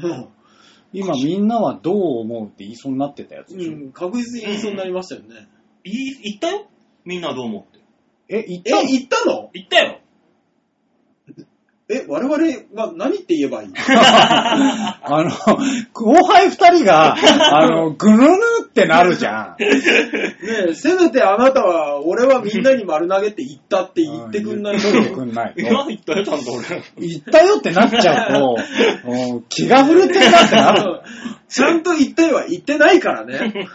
S1: 今みんなはどう思うって言いそうになってたやつ
S3: う
S1: でしょ。
S3: ん、確実に言いそうになりましたよね。
S2: いい、言ったよみんなどう思って。
S1: え、言っ
S3: え、
S1: たの
S3: 言ったの
S2: 言ったよ
S3: え、我々は何って言え
S4: *laughs*
S3: ばいい
S1: *laughs* あの、後輩二人が、あの、ぐるぬってなるじゃん。
S3: ねえ、せめてあなたは、俺はみんなに丸投げって言ったって言ってくんないと。
S1: 言ってくんない
S2: いや、
S1: と。
S2: 言ったよ、ちゃんと俺。
S1: 言ったよってなっちゃうと、もう気が震えてるなってなる。
S3: ちゃんと言ったよは言ってないから
S4: *laughs*
S3: ね。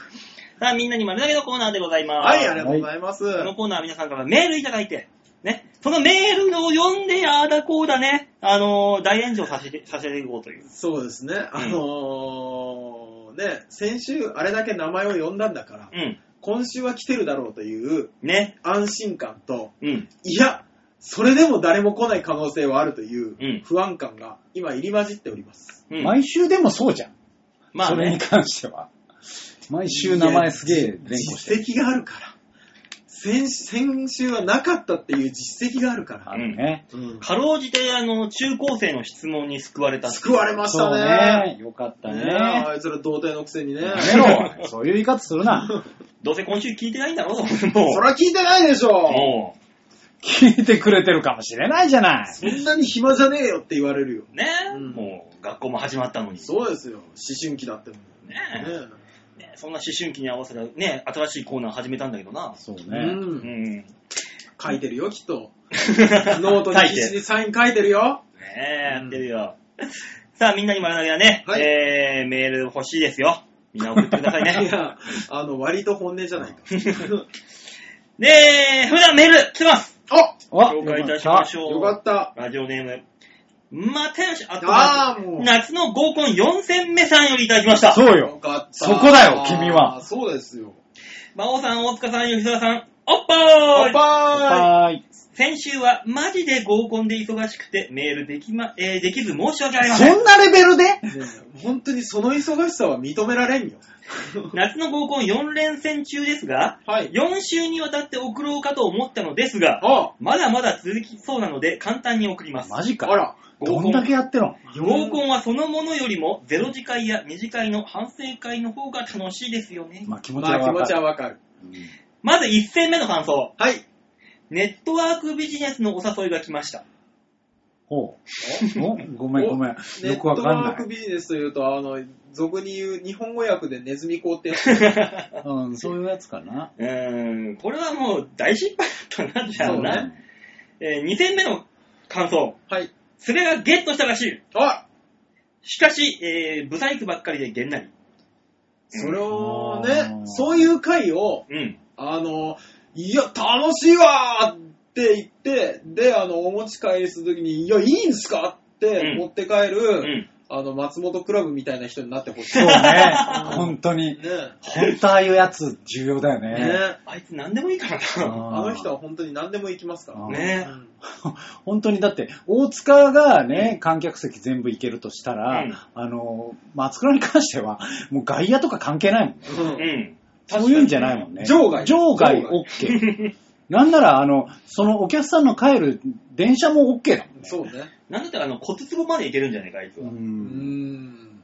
S2: さあ、みんなに丸投げのコーナーでございます。
S3: はい、ありがとうございます。
S2: このコーナーは皆さんからメールいただいて、ね、そのメールを読んで、ああだこうだね、あのー大炎上させて、させていこうという。
S3: そうですね、あのー、ね、先週あれだけ名前を呼んだんだから、
S2: うん。
S3: 今週は来てるだろうという
S2: ね。
S3: 安心感と、
S2: うん。
S3: いや、それでも誰も来ない可能性はあるといううん不安感が今入り混じっております。
S2: うん。
S1: 毎週でもそうじゃん。
S2: まあ
S1: それ
S2: ね。
S1: に関しては。毎週名前すげえ連呼してる。
S3: 実績があるから。先先週はなかったっていう実績があるから。
S1: あのね。
S3: うん
S2: かろうじて、あの、中高生の質問に救われた。
S3: 救われまし
S1: そ
S3: た
S1: う
S3: ね。
S1: ね。よかった
S3: ねえ
S1: ね。
S3: あいつら童貞のくせにね。
S1: やめろ。そういう言い方するな。
S2: どうせ今週聞いてないんだろう、も。
S3: そうら聞いてないでしょ。
S2: も
S1: 聞いてくれてるかもしれないじゃない。
S3: そんなに暇じゃねえよって言われるよ。
S2: う、ね、
S3: うん
S2: もう、学校も始まったのに。
S3: そうですよ。思春期だってもん。
S2: ね
S3: ね
S2: ねそんな思春期に合わせた、ね、新しいコーナー始めたんだけどな。
S1: そう
S3: う。
S1: ね。
S2: うんん。
S3: 書いてるよ、きっと。ノ
S2: ノ
S3: ートに必死にサイン書いてるよ。
S2: ねえ、やってるよ。さあ、みんなに丸投げだね。
S3: はい
S2: えー、メール欲しいですよ。みんな送ってください *laughs*
S3: い
S2: ね。
S3: や、あの、割と本音じゃ
S1: *laughs*
S3: ないか。
S2: で、普段メール来てます
S3: あ
S1: あ
S2: 紹介いたしましょう。
S3: よかった。
S2: ラジオネーム、またよし、あとは、
S3: ああ、もう。
S2: 夏の合コン4戦目さんよりいただきました。
S1: そう
S3: よ
S1: よ。
S3: かった。
S1: そこだよ君は
S3: あー。そうですよ。
S2: 馬王さん、大塚さん、吉沢さん、おっぱ
S3: 乾
S2: ーい
S3: 杯
S1: はーい。
S2: 先週はマジで合コンで忙しくてメールできま、えーできず申し訳ありません。
S1: そんなレベルで
S3: ねえ本当にその忙しさは認められんよ。
S2: 夏の合コン4連戦中ですが、
S3: はい。
S2: 4週にわたって送ろうかと思ったのですが、
S3: あ
S2: まだまだ続きそうなので簡単に送ります。
S1: マジ
S3: あ
S1: か。
S3: ら。
S1: どんだけやってるの
S2: 合コンはそのものよりも、ゼロ次会や二次会の反省会の方が楽しいですよね。
S1: まあ気持ち
S3: ま
S1: は
S3: あ気
S1: わ
S3: 持
S1: か
S3: ち
S1: る。
S3: はわかる。
S2: まず一戦目の感想。
S3: はい。
S2: ネットワークビジネスのお誘いが来ました。
S1: ほう。おごめんごめん。
S3: ネ
S1: よ
S3: ッ
S1: く
S3: ト
S1: わ
S3: ワー
S1: か
S3: ク
S1: んない。
S3: ビジネスというと、あの、俗に言う日本語訳でネズミ講ってや
S1: *laughs*
S3: つ。
S1: うん、そういうやつかな。
S2: うーん、これはもう大失敗だったな、じゃあ
S3: そう
S2: な
S3: ね。
S2: えー二戦目の感想。
S3: はい。
S2: それがゲットしたらしい。
S3: あ
S2: しかし、えー、ブサイクばっかりでげんなり。
S3: それをね
S1: う、ん
S3: そういう回を、
S2: うん。
S3: あの、いや、楽しいわーって言って、で、あの、お持ち帰りするときに、いや、いいんすかって
S2: うん
S3: 持って帰る、
S2: うん。
S3: あの、松本クラブみたいな人になってほしい。
S1: そう
S3: ね
S1: ね。本当に。本当ああいうやつ重要だよ
S3: ね
S1: ね。
S2: あいつ何でもいいからな。
S3: あの人は本当に何でも行きますから。
S2: ね
S3: うん
S1: 本当にだって、大塚がね、観客席全部行けるとしたら、
S2: うん
S1: あの、松倉に関しては、もう外野とか関係ないもん
S2: う
S1: ね。
S3: うん
S2: ん。
S1: そういうんじゃないもんね。
S3: 場外
S1: 場外
S3: 場外
S1: OK。なんなら、あの、そのお客さんの帰る電車も OK だもんね。
S3: そうね。
S2: なんだったら、あの、骨壺までいけるんじゃないか、あいつは。
S3: うー
S1: ん
S3: ん。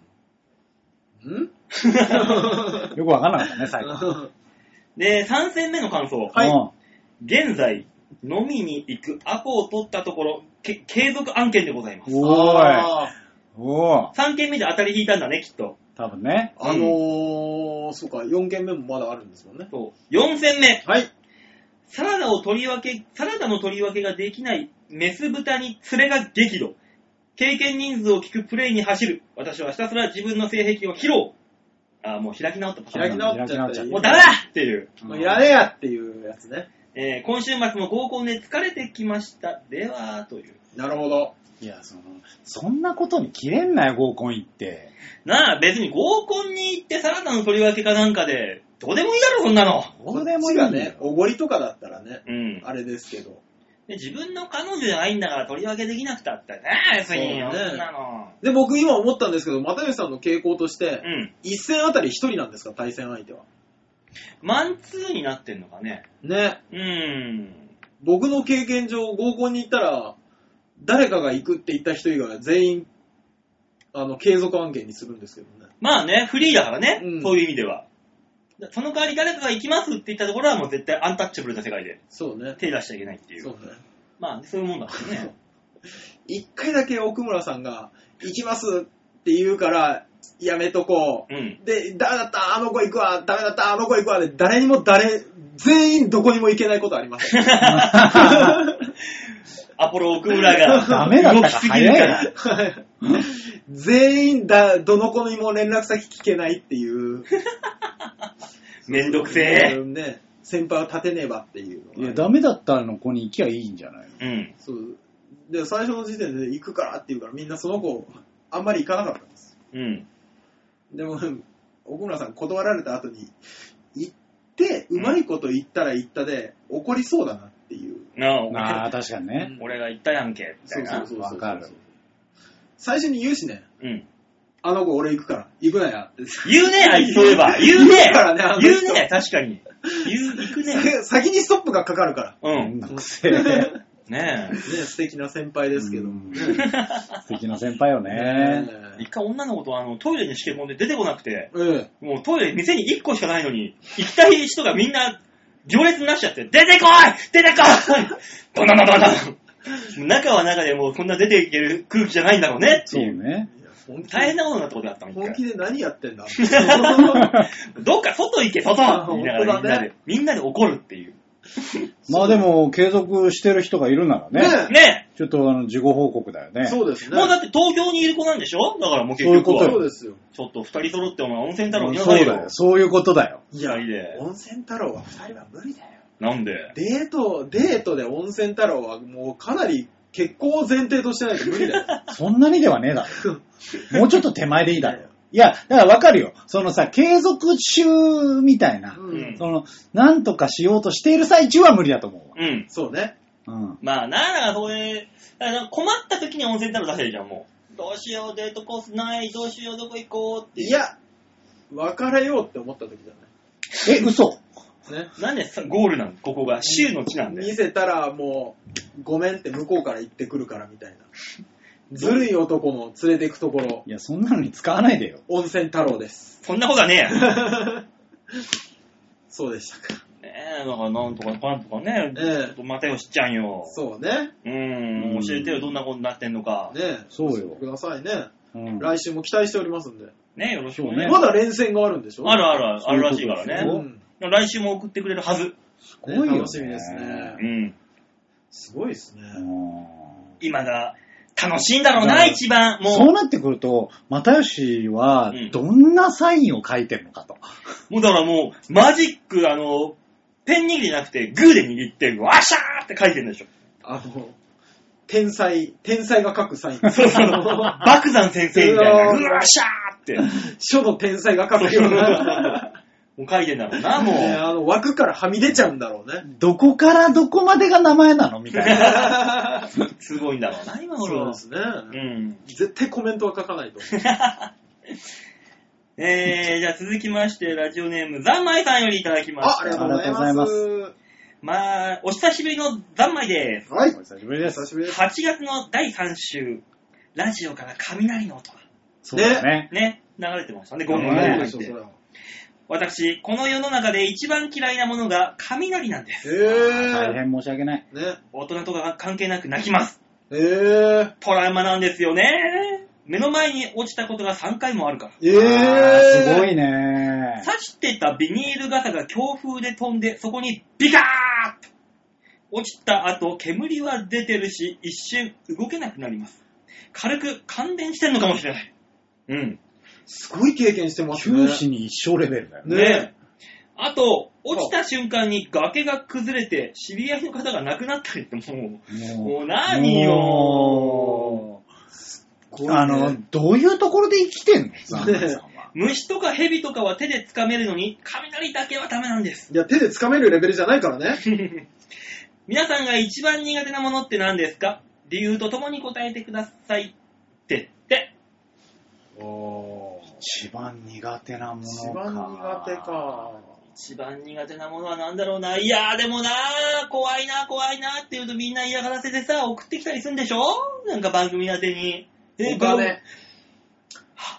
S3: ん
S1: よくわかんなかったね、最後。
S2: で、3戦目の感想。
S3: はい
S1: うん
S2: 現在、飲みに行くアポを取ったところ、け継続案件でござい
S3: *laughs*
S2: ます。
S1: おーい。
S3: あー
S1: おー。
S2: 3件目で当たり引いたんだね、きっと。
S1: 多分ね。
S3: あのー、そうか、4件目もまだあるんですもんね。
S2: そう。4戦目、
S3: はい。
S2: サラダを取り分け、サラダの取り分けができないメス豚に連れが激怒。経験人数を聞くプレイに走る。私はひたすら自分の性癖を披露。あー、もう開き直ったパター
S3: 開
S2: ン
S3: き
S2: だ。
S3: 直っちゃっ
S1: 開き直っち
S3: た
S1: ゃ
S3: り。
S1: った
S2: もうダメだっていう。
S3: もういらねえやっていうやつね。
S2: えー今週末も合コンで疲れてきました。では、という。
S3: なるほど。
S1: いや、その、そんなことに切れんなよ、合コン行って。
S2: なあ、別に合コンに行ってサラダの取り分けかなんかで、どうでもいいだろ、そんなの。
S1: どうでもいい
S3: こ
S1: よ
S3: っちがね、おごりとかだったらね、
S2: うん。
S3: あれですけど。
S2: で自分の彼女じゃないんだから取り分けできなくたってね、別に、
S3: そうね
S2: そんなの。
S3: で、僕今思ったんですけど、又吉さんの傾向とし
S2: う
S3: て、
S2: ん。
S3: 一戦あたり一人なんですか、対戦相手は。
S2: マンツーになってんのかね。
S3: ね。
S2: うーん。
S3: 僕の経験上、合コンに行ったら、誰かが行くって言った人以外は全員、あの、継続案件にするんですけどね。
S2: まあね、フリーだからね、
S3: うん
S2: そういう意味では。その代わり誰かが行きますって言ったところはもう絶対アンタッチャブルな世界で
S3: そうね。
S2: 手出しちゃいけないっていう。
S3: そうね。
S2: まあ、そういうもんだからね。
S3: 一回だけ奥村さんが、行きますって言うから、やめとこう。
S2: うん。
S3: で、ダメだった、あの子行くわ、ダメだった、あの子行くわで、誰にも誰、全員どこにも行けないことあり
S2: *laughs*
S3: ません。
S2: アポロ奥村が
S1: ダメだった
S2: 動
S1: か
S2: きすぎるから
S1: 早。
S3: 全員だ、どの子にも連絡先聞けないっていう。
S2: めんどくせえ。
S3: うんね、先輩を立てねばっていうのが
S1: いや、ダメだったらの子に行きゃいいんじ
S3: *laughs*
S1: ゃない
S2: うん。
S3: そう。で、最初の時点で行くからって言うから、みんなその子、あんまり行かなかったんです。
S2: うん。
S3: でも、奥村さん断られた後に、行って、うまいこと言ったら言ったで、怒りそうだなっていう。
S2: な
S1: あ
S2: あ
S1: あ、確かにね。
S2: 俺、俺が言ったやんけ、みたいな。
S3: そうそう
S1: わかる。
S3: 最初に言うしね、
S2: うん。
S3: あの子俺行くから、行くなやって。
S2: 言うね、あいつそういえば。言うね
S3: 言うからねあの人
S2: 言うね、確かに。言う、行く
S3: *laughs*
S2: ね。
S3: 先にストップがかかるから。
S2: う
S1: そん
S2: ん。
S3: *laughs*
S1: な癖で。
S2: ねえ。
S3: ね、素敵な先輩ですけど。
S1: うん素敵な先輩よ
S3: ね
S1: ね。
S2: 一回女の子とあのトイレにしけ込んで出てこなくて、
S3: えうん。
S2: もうトイレ、店に1個しかないのに、行きたい人がみんな行列になっちゃって、出てこい出てこいどんどんどんどんどん中は中でもうこんな出ていける空気じゃないんだろうねって
S1: そう
S2: いう。
S1: ね。
S3: いや本気で
S2: 大変なことになったことがあったもん、
S3: 本
S2: 一
S3: 気で何やってんだ
S2: 回。どっか外行け、外
S3: あ
S2: みんなが
S3: 本当
S2: みんな
S3: だね
S2: で、みんなで怒るっていう。
S1: まあでも、継続してる人がいるならね、
S3: ね
S2: ね
S1: ちょっとあの、事後報告だよね。
S3: そうですね。
S2: もうだって東京にいる子なんでしょだからもう結局
S1: そういう
S2: は
S1: こ。
S3: そうですよ。
S2: ちょっと二人揃ってお前温泉太郎にな
S1: そ
S2: さ
S1: う
S2: い
S1: だ
S2: よ
S1: よ。。そういうことだよ。
S2: いや、いいで。
S3: 温泉太郎は二人は無理だよ。
S2: なんで
S3: デート、デートで温泉太郎はもうかなり結婚を前提としてないと無理だよ。
S1: *laughs* そんなにではねえだ
S3: *laughs*
S1: ろ。もうちょっと手前でいいだろ。いや、だからわかるよ。そのさ、継続中みたいな、
S3: うん
S2: うん
S1: その、なんとかしようとしている最中は無理だと思
S2: うん。
S3: そうね。
S1: うわ。うん。
S2: まあ、ならそれ、だから困った時に温泉太郎出せるじゃん、もう。どうしよう、デートコースない、どうしよう、どこ行こうって。
S3: い、や、別れようって思った時だ
S1: え、嘘
S3: ね。ね。
S2: なんでさゴールなのここが。州の地なん
S3: 見
S2: で。
S3: せたらもう、ごめんって向こうから言ってくるからみたいな。ずるい男の連れてくところ、
S1: いや、そんなのに使わないでよ。
S3: 温泉太郎です。
S2: そんなことはねえ
S1: *laughs*
S2: や。ね
S3: そうでしたか。
S2: え、だからなんとかかんとかね。
S3: ええ
S2: ちょっとまたよしちゃんよ。
S3: そうね。
S2: うー、
S1: うんん
S2: 教えてよ、どんなことになってんのか。
S3: ね
S1: そうよ
S3: くださいね。
S1: うん。
S3: 来週も期待しておりますんで。
S2: ねよろしく
S1: そうね
S2: ね。
S3: まだ連戦があるんでしょ
S2: あるあるある、あるらしいから
S1: そういうことです
S2: ね。
S1: よ
S2: 来週も送ってくれるはず。
S1: すごいよ、ね。
S3: 楽しみですね
S2: うん。
S3: すごいですね。
S1: うん
S2: 今が楽しいんだろうな、
S1: うん
S2: 一番。
S1: そ
S2: も
S1: うなってくると、又吉は
S2: うん
S1: どんなサインを書いてるのかと。
S2: う、もうだからもう、マジック、あの、ペン握りじゃなくて、グーで握って、わしゃーって書いてるんでしょ。
S3: あの、天才、天才が書くサイン。
S2: そうそう。爆山先生みたいな、
S3: うわー
S2: うわしゃーって。
S3: 書の天才が書くような。
S2: もう書いてんだろうな、も
S3: ね
S2: う。
S3: あの、枠からはみ出ちゃうんだろうね。
S1: どこからどこまでが名前なのみた
S3: *laughs*
S1: いな。
S2: すごいんだろうな、今
S3: そう
S2: 頃
S3: で。すね。
S2: うん。
S3: 絶対コメントは書かないと。
S2: えー、じゃあ続きまして、ラジオネーム、ざんまいさんよりいただきま
S3: あ、
S2: し
S3: あり
S2: た。
S3: がとうございます。
S2: まあ、お久しぶりのざんまいです。
S3: はい。
S1: お久しぶりで
S3: 久
S1: す。
S3: しぶりです。
S2: 8月の第3週、ラジオから雷の音が
S1: そうだね。
S2: ね、流れてましたね、ゴ
S3: ど
S2: ン
S3: う
S2: ゴ
S3: も
S2: ン
S1: ね
S2: が
S3: どう
S2: 入っ
S3: でしょう、そ
S2: て
S3: れ。は。
S2: 私、この世の中で一番嫌いなものが雷なんです。
S1: 大
S3: え
S1: 変申し訳ない。
S3: ー。ね。
S2: 大人とか関係なく泣きます。
S3: えー。
S2: トラウマなんですよね。目の前に落ちたことが3回もあるから。
S3: え
S1: あ
S3: ー。
S1: ーすごいね。
S2: 刺してたビニール傘が強風で飛んで、そこにビカーッと落ちた後、煙は出てるし、一瞬動けなくなります。軽く感電してんのかもしれない。うん。
S3: すごい経験してますね。
S1: 九死に一生レベルだよね。
S3: ね
S2: ねあと、落ちた瞬間に崖が崩れて、知り合いの方が亡くなったりって、もう、
S1: もう
S2: もう何よ
S1: も
S3: こう
S1: う
S3: ね
S1: あの、どういうところで生きてんのザンマイさんは。
S2: 虫とか蛇とかは手で掴めるのに、雷だけはダメなんです。 *laughs*
S3: いや、手で掴めるレベルじゃないからね。
S2: 皆さんが一番苦手なものって何ですか理由とともに答えてください。って、って。
S3: おー。
S1: 一番苦手なものか。
S3: 一番苦手か。
S2: 一番苦手なものは何だろうな。いやーでもなー、怖いな、怖いなって言うとみんな嫌がらせでさ、送ってきたりするんでしょなんか番組宛てに。
S3: お金。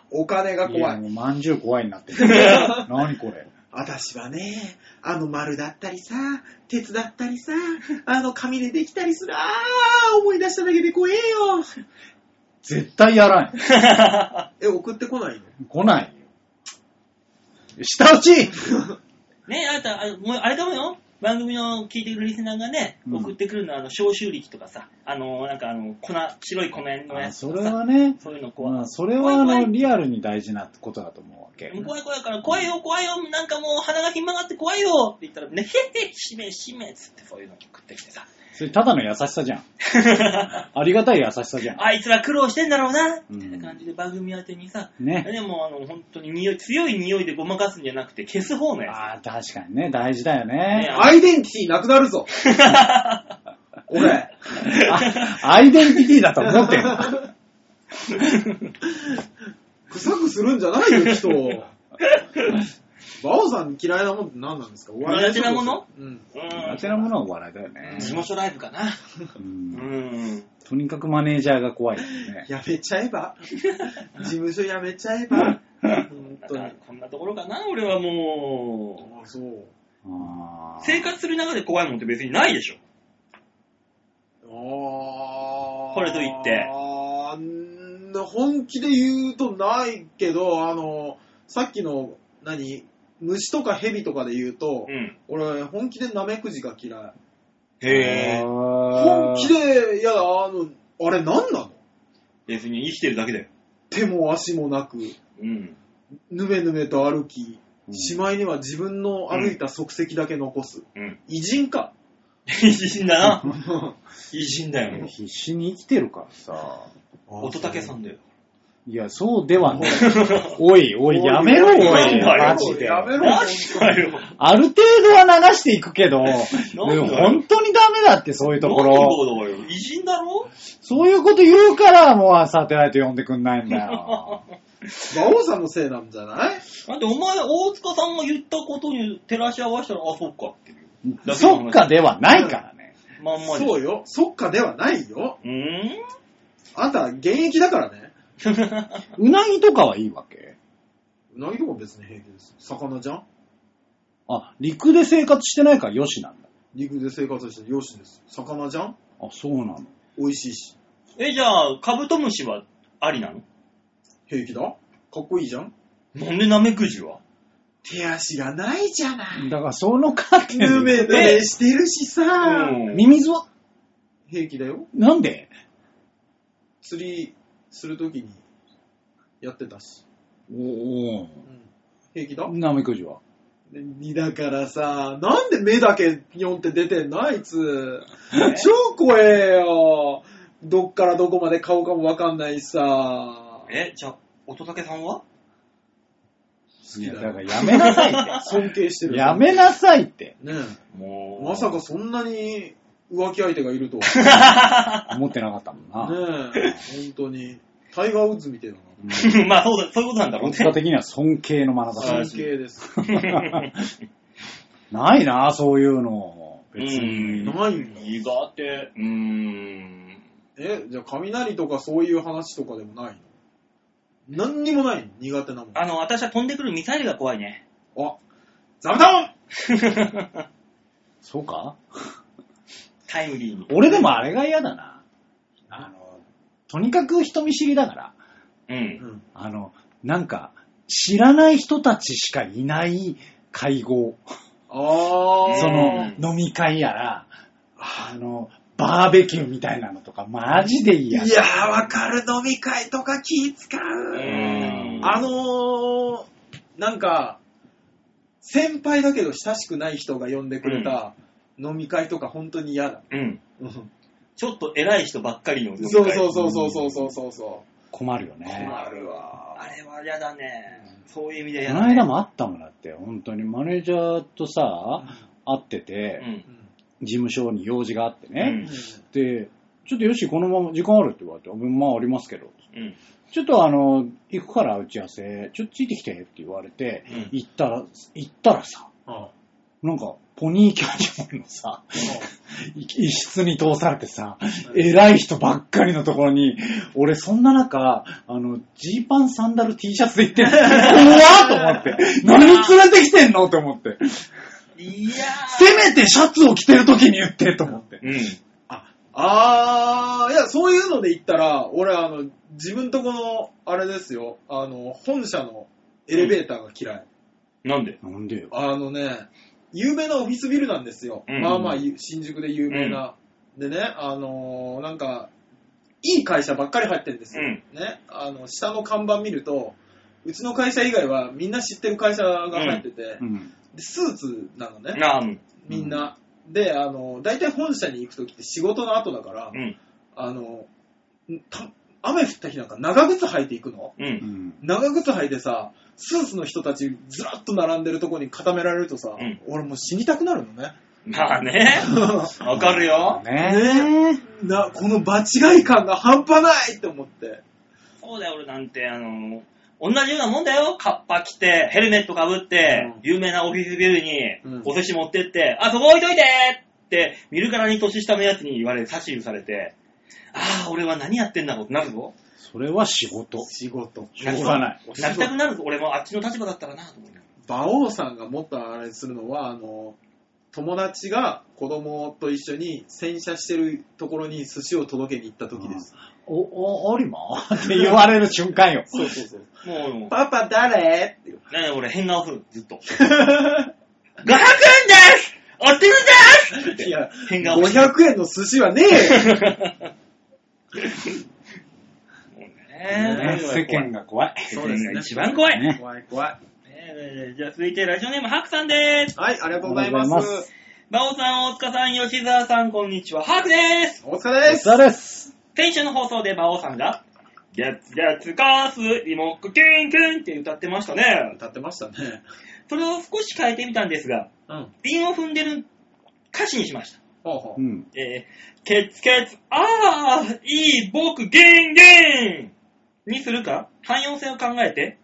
S3: お金が怖
S1: や
S3: い。
S1: もうまんじゅう怖いになって
S3: *laughs*
S1: る。何これ。
S4: 私はね、あの丸だったりさ、鉄だったりさ、あの紙でできたりする。あー、思い出しただけで怖えよ。
S1: 絶対やらんよ。
S3: え、送ってこないの
S1: 来ないよ。下打ち
S2: ねあなた、あのもうあれかもよ。番組の聞いてくるリスナーがね、
S1: うん
S2: 送ってくるのは、あの、消臭力とかさ、あの、なんかあの、粉、白い粉のや
S1: あ
S2: つと
S1: そ
S2: か
S1: れ
S2: さ、
S1: はね、
S2: そういうの怖い。
S1: まあ、それはあ
S2: 怖い怖
S1: の、
S2: い
S1: リアルに大事なことだと思うわけ。
S2: 怖い怖いから、怖いよ、怖いよ、なんかもう鼻がひん曲がって怖いよって言ったら、ね、へへへ、しめしめっつってそういうの食ってきてさ。
S1: それただの優しさ
S2: *laughs*
S1: じゃん。ありがたい優しさじゃん。
S2: あいつら苦労してんだろうな、
S1: うん
S2: みたいな感じで番組宛てにさ、
S1: ね
S2: でもあの、本当に匂い、強い匂いでごまかすんじゃなくて、消す方のや
S1: ああ、確かにね、大事だよ
S2: ね
S1: ね。
S2: あ
S3: アイデンティティなくなる *laughs* ぞ。俺。
S1: あアイデンティティだと思ってんの。
S3: 臭くするんじゃないよ、人を。バオさんに嫌いなもんって何なんですか
S2: 苦手なもの
S3: うん。
S2: つ。 *laughs* うん
S1: 苦手なものはお笑いだよね。
S2: 事務所ライブかな。
S1: う
S2: うんん。
S1: とにかくマネージャーが怖いよね。
S3: やめちゃえば。事務所やめちゃえば。本
S2: だ
S3: 当
S2: か
S3: に。
S2: ら、こんなところかな、俺はも
S3: あそう。
S1: あ
S2: う。
S1: ー
S2: 生活する中で怖いもんって別にないでしょ。
S3: あー
S2: これといって
S3: あーん本気で言うとないけど、あの、さっきの、何虫とか蛇とかで言うと、
S2: うん。
S3: 俺、本気でナメクジが嫌い。
S2: へえ。
S1: 本
S3: 本気で、いや、あの、あれ何なの
S2: 別に生きてるだけだよ。
S3: 手も足もなく、
S2: うん。
S3: ぬめぬめと歩き、
S1: うん
S3: しまいには自分の歩いた足跡だけ残す。
S2: うん。
S3: 偉人か。
S2: 偉人だな。偉人だよ。
S1: 必死に生きてるからさ。
S2: 乙武さんだよ。
S1: いや、そう
S2: *laughs*
S1: ではない。おい、おい、やめろ、お
S2: なん
S1: い、
S2: だよ
S1: マジで。
S3: やめろ。
S2: マジだよ。
S1: ある程度は流していく *laughs* けど、
S2: だよ
S1: 本当にダメだって、そういうところ。
S2: なんだよ。偉人だろ
S1: そういうこと言うから、もうサテライト呼んでくんないん *laughs* だよ。
S3: 馬王さんのせいなんじゃない
S2: だってお前、大塚さんが言ったことに照らし合わせたら、あ、そっかっていう。だけの話
S1: そっかではないからね。
S2: まんまで。。
S3: そううよ。そっかではないよ。
S2: うーん
S3: あんた、現役だからね。
S1: *laughs* うなぎとかはいいわけ
S3: うなぎとか別に平気です。魚じゃん
S1: あ、陸で生活してないからよしなんだ。
S3: 陸で生活してる漁師です。魚じゃん
S1: あ、そうなの。
S3: 美味しいし。
S2: え、じゃあ、カブトムシはありなの
S3: 平気だかっこいいじゃん
S2: なんでナメクジは
S3: 手足がないじゃない。
S1: だから、その観点で
S3: ぬめぬめしてるしさ。
S2: うん。
S1: ミミズは、
S3: 平気だよ。
S1: なんで
S3: 釣りするときにやってたし。
S1: お
S3: うん平気だ
S1: お。ナメクジは。
S3: にだからさ、なんで目だけニョンって出てんのあいつ。超怖えよ。どっからどこまで顔かもわかんないしさ。
S2: え、じゃあ、乙武さんは
S3: 好き
S1: いや
S3: だ
S1: だ
S3: よ
S1: か。らやめな *laughs* さいっ
S3: 尊敬して
S1: て。
S3: る。
S1: やめなさいって。
S3: ね
S2: も
S3: え
S2: う。
S3: まさかそんなに浮気相手がいるとは。 *laughs*
S1: 思ってなかったもんな。
S3: ねえ、本当に。タイガー・ウッズみたいだな。
S2: まあ、そうだ、そういうことなんだ *laughs* ろう
S1: 大
S2: ね。
S1: 塚的には尊敬の眼
S2: は
S1: 差
S2: い
S1: し。
S3: 尊敬です。
S1: ないな、そういうの。別
S2: う
S1: に。
S3: ないんだ。
S2: 苦手。うーん。
S3: え、じゃあ雷とかそういう話とかでもないの何にもないの苦手なもん。
S2: あの、私は飛んでくるミサイルが怖いね。
S3: あ、ザブトン
S1: そうか
S2: タイムリーに。
S1: 俺でもあれが嫌だな。あの、とにかく人見知りだから。
S2: うん。
S3: うん
S1: あの、なんか、知らない人たちしかいない会合。
S3: あー。
S1: その、
S2: うん
S1: 飲み会やら、あの、バーベキューみたいなのとか、マジで嫌。
S3: いやー、わかる。飲み会とか気使
S2: う
S3: う。
S2: ーん。
S3: あのー、なんか、先輩だけど親しくない人が呼んでくれた飲み会とか本当に嫌だ。
S2: うん。
S3: うん
S2: ちょっと偉い人ばっかりの飲み会。
S3: そうそうそうそうそうそうそう。
S1: 困るよね。
S3: 困るわ
S2: あれは嫌だね。そういう意味で嫌
S1: こ
S2: だ、ね。
S1: の間もあったもんだって、本当にマネージャーとさ、会って
S2: う
S1: て、
S2: ん。
S1: 事務所に用事があって
S2: うん
S1: ね、で、ちょっとよし、このまま時間あるって言われて、うんまあありますけど、
S2: うん。
S1: ちょっとあの、行くから打ち合わせ、ちょっとついてきてって言われて、
S2: うん
S1: 行ったら、行ったらさ、
S2: うん
S1: なんか、ポニーキャニオンのさ、い一室に通されてさ、偉い人ばっかりのところに、俺そんな中、あの、ジーパン、サンダル、T シャツで行ってる。怖っと思
S2: *laughs*
S1: って。何連れてきてんのと思って。
S2: いや
S1: せめてシャツを着てる時に言って、と思って。
S2: ー。うん。
S3: あー、いや、そういうので言ったら、俺、あの、自分とこの、あれですよ、あの、本社のエレベーターが嫌い。
S2: なんで
S1: なんでよ。
S3: あのね、有名なオフィスビルなんですよ。
S2: うん
S3: まあまあ、ゆ新宿で有名な。でね、あのーなんか、いい会社ばっかり入ってるんですよ。
S2: うん
S3: ね、あの、下の看板見ると、うちの会社以外はみんな知ってる会社が入ってて、
S1: うん。
S3: でスーツなのね、
S2: なあ、うん。
S3: みんな。で、あの、大体本社に行くときって仕事の後だから、
S2: うん。
S3: あの、た雨降った日なんか長靴履いていくの
S2: う。
S1: うんん。
S3: 長靴履いてさ、スーツの人たちずらっと並んでるとこに固められるとさ、
S2: うん
S3: 俺もう死にたくなるのね。
S2: まあね。わかるよ。
S1: ね
S3: *laughs* な、この場違い感が半端ないって思って。
S2: そうだよ、俺なんて、あの、同じようなもんだよ。カッパ着て、ヘルメットかぶって、
S3: うん
S2: 有名なオフィスビル
S3: う
S2: に
S3: ん、
S2: お寿司持ってって、あ、そこ置いといてって、見るからに年下のやつに言われ、指図されて、ああ、俺は何やってんだろうってなるぞ。
S1: それは仕事。
S3: 仕事。
S1: しょうがない。
S2: 泣きたくなるぞ。俺もあっちの立場だったらなと思うよ。
S3: 馬王さんがもっとあれするのは、あの、友達が子供と一緒に洗車してるところに寿司を届けに行った時です。
S1: お、お、おりまって言われる瞬間よ。
S3: そうそうそう。
S2: もう、もう
S3: パパ誰
S2: *laughs*
S3: って
S2: ねえ、俺変顔する、ずっと。500円ですおってるんです
S3: いや、
S2: 変顔して。
S3: 500円の寿司はねえよ
S2: もう
S1: ね
S2: ね
S1: 世間が怖い。
S2: 世間が一番怖い。ね
S1: ね
S3: 怖い怖い。
S2: えじゃあ続いてラジオネーム、ハクさんです。
S3: はい、ありがとうござい
S1: あ
S3: ま。
S1: りがとうございます
S2: バオさん、大塚さん、吉沢さん、こんにちは。ハクです。
S3: お疲れです。
S1: そうです。
S2: 先週の放送で馬王さんが、ギャッツギャッツカース、リモックキンキンって歌ってましたね。
S3: 歌ってましたね。
S2: それを少し変えてみたんですが、
S3: うん。
S2: 韻を踏んでる歌詞にしました。
S3: ほうほ
S1: う
S3: う。
S1: ん。
S2: えー、ケツケツ、あー、いい、僕、ゲンゲンにするか汎用性を考えて、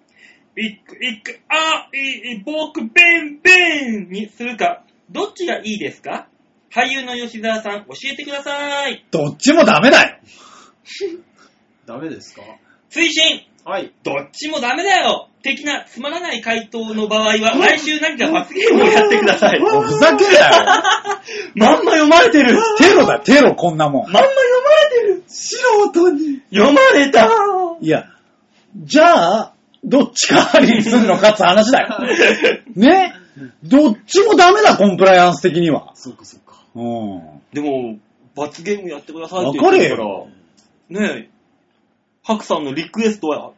S2: ビック、ビック、あー、いい、僕、ベン、ベンにするかどっちがいいですか俳優の吉沢さん、教えてください。
S1: どっちもダメだよ。
S3: ダメですか
S2: 推進
S3: はい。
S2: どっちもダメだよ的なつまらない回答の場合は、来週何か罰ゲームをやってください。
S1: おふざけんなよ。
S2: まんま読まれてる
S1: テロだ、テロ、こんなも
S2: ま
S1: ん。
S2: んま読まれてる
S3: 素人に。
S2: 読まれた
S1: いや、じゃあ、どっちかにするのかって話だ
S2: *laughs*
S1: よ。ねどっちもダメだ、コンプライアンス的には。
S3: そっかそっか。
S1: うん。
S2: でも、罰ゲームやってくださいっ
S1: わ
S2: て
S1: か
S2: 言って
S1: れ
S2: るから、
S1: よ。
S2: ねえ、ハクさんのリクエストは、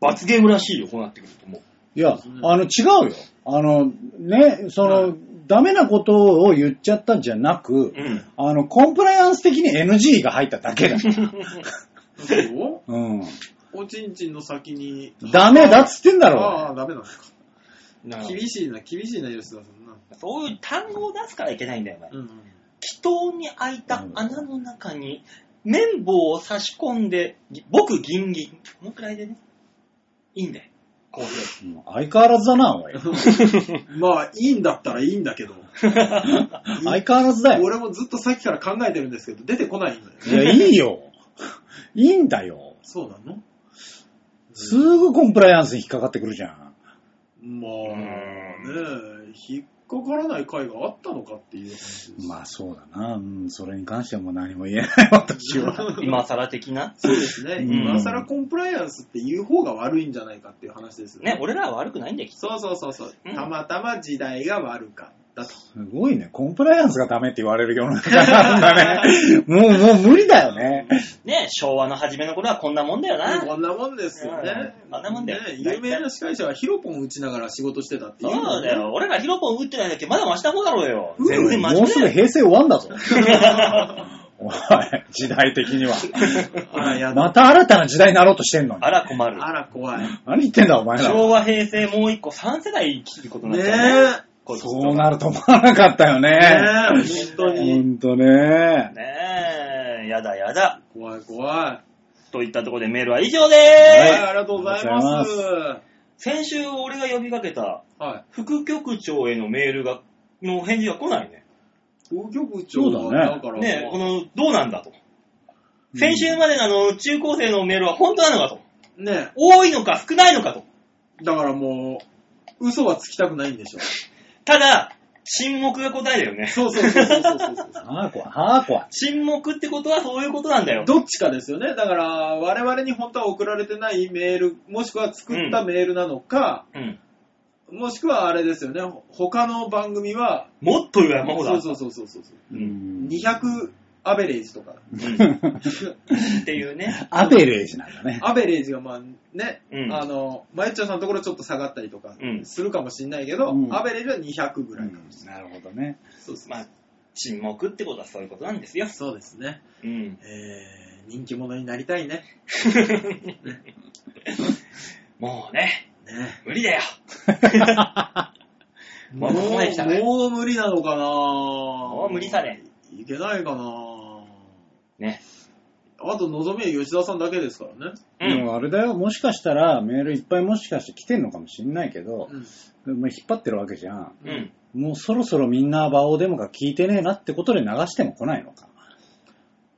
S2: 罰ゲームらしいよ、こうなってくると思う。
S1: いや
S3: う、ん
S1: あの、違うよ。あの、ね、その、
S3: は
S1: ダメなことを言っちゃったんじゃなく、
S2: うん。
S1: あの、コンプライアンス的に NG が入った
S2: *laughs*
S1: だけだ。
S3: そう
S1: うん。
S3: おちんちんの先に。
S1: ダメだっつってんだ
S3: あ
S1: ろ。
S3: あ、ダメなんです
S2: な
S3: か。
S2: あ
S3: 厳しいな、厳しいな、吉田さんな。
S2: そういう単語を出すからいけないんだよ、お前
S3: うんうん。
S2: 祈祷に開いた穴の中に、綿棒を差し込んで、ぎ僕ギンギン。このくらいでね。いいんだよ。こういう。
S1: うん相変わらずだな、おい。 *laughs*
S3: まあ、いいんだったらいいんだけど。
S1: 相変わらずだよ。
S3: 俺もずっとさっきから考えてるんですけど、出てこないんだよ。
S1: いや、いいよ。 *laughs* いいんだよ。
S3: そうなの
S1: すぐコンプライアンスに引っかかってくるじゃん。
S3: まあね、引っかからない回があったのかっていう話です。
S1: まあそうだな。うん、それに関してはもう何も言えない、私は。
S2: 今更的な。
S3: そうですね。
S1: うん
S3: 今更コンプライアンスって言う方が悪いんじゃないかっていう話ですよね。
S2: ね、俺らは悪くないんだよ、きっと
S3: そうそうそうそう
S2: う。ん
S3: たまたま時代が悪かったと。
S1: すごいね。コンプライアンスがダメって言われる世の中なんだ
S2: *laughs*
S1: ね。もう、もう無理だよね。
S2: ね、昭和の初めの頃はこんなもんだよな。
S3: こんなもんですよね。
S2: うんこんなもんだよ
S3: ね有名な司会者はヒロポン打ちながら仕事してたっていう。
S2: そうだ。よ。俺らヒロポン打ってないだけまだマシな方だろうよ。全然マ
S1: もう
S2: シ
S1: す
S2: だ
S1: ぐ
S2: よ。
S1: 平成終わんだ
S2: *laughs*
S1: ぞ。おい、時代的には。
S3: あら、やだ。
S1: また新たな時代になろうとしてんのに
S2: あ。ら困る。
S3: あら、怖い。ね
S1: 何言ってんだお前ら。
S2: 昭和、平成、もう一個、3世代生きることになったよね。
S3: え。
S2: こいつと
S1: そうなると思わなかったよ
S3: ねえ、
S1: ね。
S3: 本当
S1: ほ
S3: に。
S1: んとね。
S2: ねえ、やだやだ。
S3: 怖い怖い。
S2: といったところでメールは以上で
S3: は
S2: ー
S3: い、
S2: す。
S3: ありがとうございます。
S2: 先週俺が呼びかけた
S3: は
S2: 副局長へのメールが、の返事が来ないね。
S3: い。東京部長
S1: そうだね
S3: だから、
S2: ねえ、この、どうなんだと。先週までのあの、中高生のメールは本当なのかと。
S3: ね
S2: 多いのか少ないのかと。
S3: えだからもう、嘘はつきたくないんでしょ。
S2: ただ、沈黙が答えだよね。
S3: そうそうそうそうそうそうそう。
S1: あー怖い。あー怖い。
S2: *laughs* 沈黙ってことはそういうことなんだよ。
S3: どっちかですよね。だから、我々に本当は送られてないメール、もしくは作ったメールなのか、
S2: うん。
S3: もしくはあれですよね、ほ他の番組は、
S2: もっと上は山ほどあ
S3: そう
S2: る
S3: そうそうそうそう。
S1: うん
S3: 200アベレージとか。
S2: っていうね。
S1: アベレージなんだね。
S3: アベレージがまあね、
S2: うん
S3: あの、マユッチョさんのところちょっと下がったりとか
S2: うん
S3: するかもしんないけど、
S1: うん
S3: アベレージは200ぐらいかもしれない。
S1: なるほどね。
S3: そうそう
S2: まあ、沈黙ってことはそういうことなんですよ。
S3: そうですね。
S2: うん。
S3: えー、人気者になりたいね。
S2: もうね、
S3: ね
S2: 無理だよ。もうここまで来たね。
S3: もう無理なのかな
S2: も
S3: も
S2: う無理さね。
S3: いけないかな
S2: ね。
S3: あと、望みは吉田さんだけですからね。
S2: う
S1: で
S2: ん。
S1: もあれだよ、もしかしたらメールいっぱいもしかして来てんのかもしんないけど、
S3: うん
S1: でも引っ張ってるわけじゃん。
S2: うん。
S1: もうそろそろみんなバオデモが聞いてねえなってことで流しても来ないのか。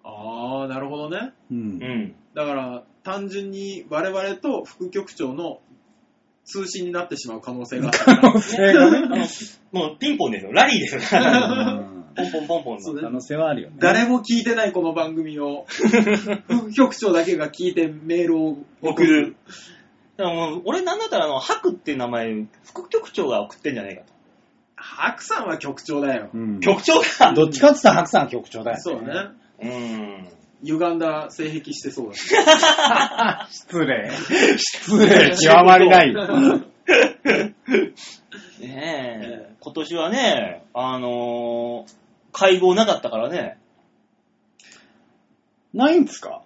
S3: あー、なるほどね。
S1: う。
S2: うんん。
S3: だから、単純に我々と副局長の通信になってしまう可能性がある。
S1: 性がね
S2: あのもうピンポンですよ。ラリーですよ。
S1: *laughs* うん
S2: ポンポンポンポンの。
S3: そうね
S1: 可能性はあるよね。
S3: *laughs* 誰も聞いてないこの番組 *laughs* を、副局長だけが聞いてメールを
S2: 送る。だからもう俺なんだったら、あの、ハクっていう名前、副局長が送ってんじゃねえかと。
S3: *laughs* 白さんは局長だよ
S1: う。ん
S2: 局長が
S1: どっちかって言ったら白さんは局長だよ、ね。
S3: そうね。。
S2: うん。
S3: 歪んだ性癖してそうだし。
S1: 失礼。 *laughs* 失礼極まりない。
S2: ね
S3: え
S2: え、今年はね、あのー会合なかったからね。
S1: ないんですか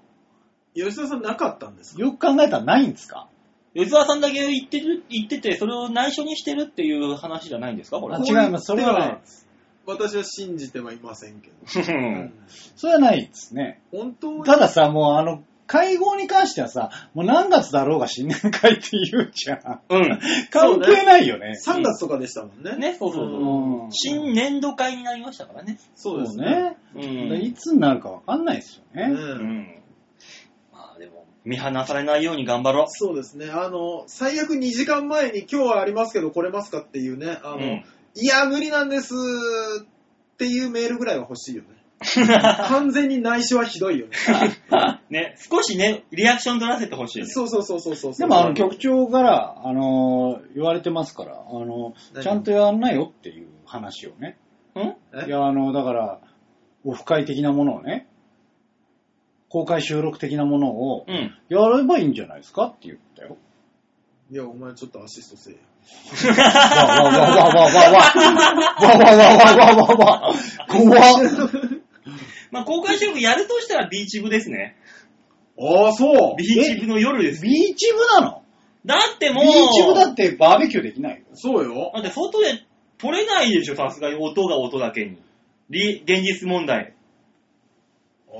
S3: 吉田さんなかったんですか
S1: よく考えたらないんですか
S2: 吉沢さんだけ言ってる、言ってて、それを内緒にしてるっていう話じゃないんですかこれ
S1: あ。違います。それはないです。
S3: 私は信じてはいませんけど。
S2: うん
S1: それはないですね。
S3: 本当に
S1: たださ、もうあの、会合に関してはさ、もう何月だろうが新年会って言うじゃん。
S2: うん。
S1: 関係ないよね。
S3: 3月とかでしたもんね。
S2: ね、そうそうそう。
S1: うん
S2: 新年度会になりましたからね。
S3: そうです
S1: そう
S3: ね。
S1: ね。
S2: う
S1: い
S2: ん。
S1: つになるかわかんないですよ
S3: う
S1: ね。
S3: ん
S2: まあでも、見放されないように頑張ろう。
S3: そうですね。あの、最悪2時間前に今日はありますけど来れますかっていうね。あの、
S2: うん *laughs*
S3: いや、無理なんですっていうメールぐらいは欲し
S1: *laughs*
S3: いよね。完全に内緒はひどいよね。
S2: ね、少しね、リアクション取らせてほしいね。
S3: そうそうそうそうそうそう。
S1: でもあの局長から、あのー、言われてますから、あのー、
S3: 何
S1: ちゃんとやんなよっていう話をね。
S2: ん
S3: え
S1: いや、あの、だから、オフ会的なものをね、公開収録的なものを
S2: う、ん。
S1: やればいいんじゃないですかって言ったよ。
S3: いや、お前ちょっとアシストせえよ。
S1: わわわわわわわわわわわわわわわ怖っ
S2: *laughs* まあ公開収録やるとしたらビーチ部ですね。
S3: ああ、そう
S2: ビーチ部の夜です。
S1: ビーチ部なの
S2: だってもう、
S1: ビーチ部だってバーベキューできないよ。
S3: そうよ。
S2: だって外で撮れないでしょ、さすがに音が音だけに。り現実問題。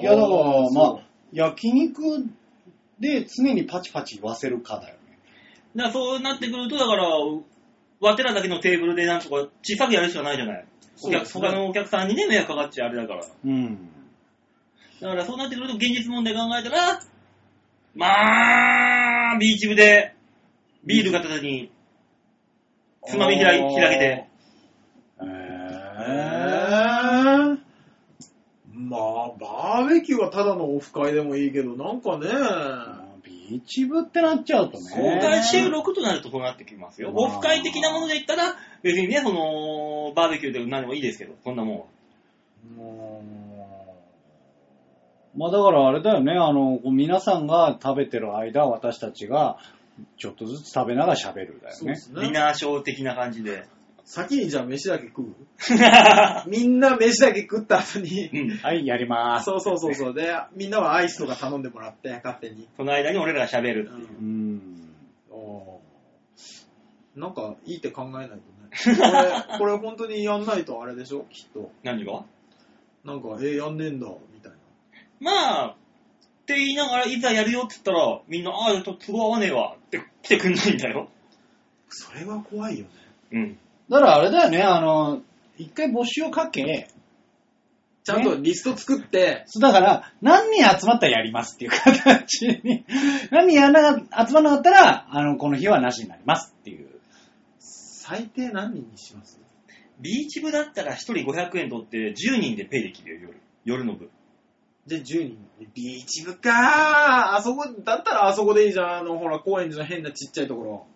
S1: いやだから、ま
S3: そ
S1: あ、焼肉で常にパチパチ言わせるかだよね。
S2: だからそうなってくると、だから、ワテらだけのテーブルでなんとか小さくやるしかないじゃない。お
S3: そう
S2: 客
S3: ですね
S2: 他のお客さんにね、迷惑かかっちゃうあれだから。
S1: うん。
S2: だからそうなってくると現実問題考えたら、まあ、ビーチ部でビール片手に、つまみ開
S3: あー
S2: い開けて。
S1: え
S3: うへーまあ、バーベキューはただのオフ会でもいいけど、なんかね、
S1: ビーチ部ってなっちゃうとね。
S2: 公開収録となるとこうなってきますよ。
S1: まあ
S2: オフ会的なもので言ったら、別にね、その、バーベキューでも何でもいいですけど、こんなもんは。
S3: も
S1: まあだからあれだよね、あの、こう皆さんが食べてる間、私たちがちょっとずつ食べながら喋る
S3: う、
S1: だよ
S3: そうで
S1: ね。
S3: す
S2: ディ
S3: ね。
S2: ナーショー的な感じで。
S3: 先にじゃあ飯だけ食 *laughs* う
S2: う
S3: みんな飯だけ食った後に、
S2: ん。
S1: はい、やりまーす。
S3: そうそうそうそう。で、みんなはアイスとか頼んでもらって、勝手に。
S2: その間に俺らが喋
S3: う、
S2: る。
S1: うんん。
S3: おーなんか、いいって考えないとね。これ、これ本当にやんないとあれでしょきっと。
S2: 何が
S3: なんか、えー、やんねえんだ、みたいな。
S2: まあ、って言いながら、いざやるよって言ったら、みんな、ああ、ちょっと都合合わねえわって来てくんないんだよ。
S4: それは怖いよね。
S2: うん。
S1: だからあれだよね、あの、一回募集をかけ、
S3: ちゃんとリスト作って、
S1: そうだから、何人集まったらやりますっていう形に、 *laughs* 何人やらなか集まらなかったら、あの、この日はなしになりますっていう。
S4: 最低何人にします
S2: ビーチ部だったら1人500円取って10人でペイできるよ、夜。夜の部。
S3: で、10人。
S4: ビーチ部
S3: かー
S4: か。
S3: あそこ、だったらあそこでいいじゃん。あの、ほら、高円寺の変なちっちゃいところ。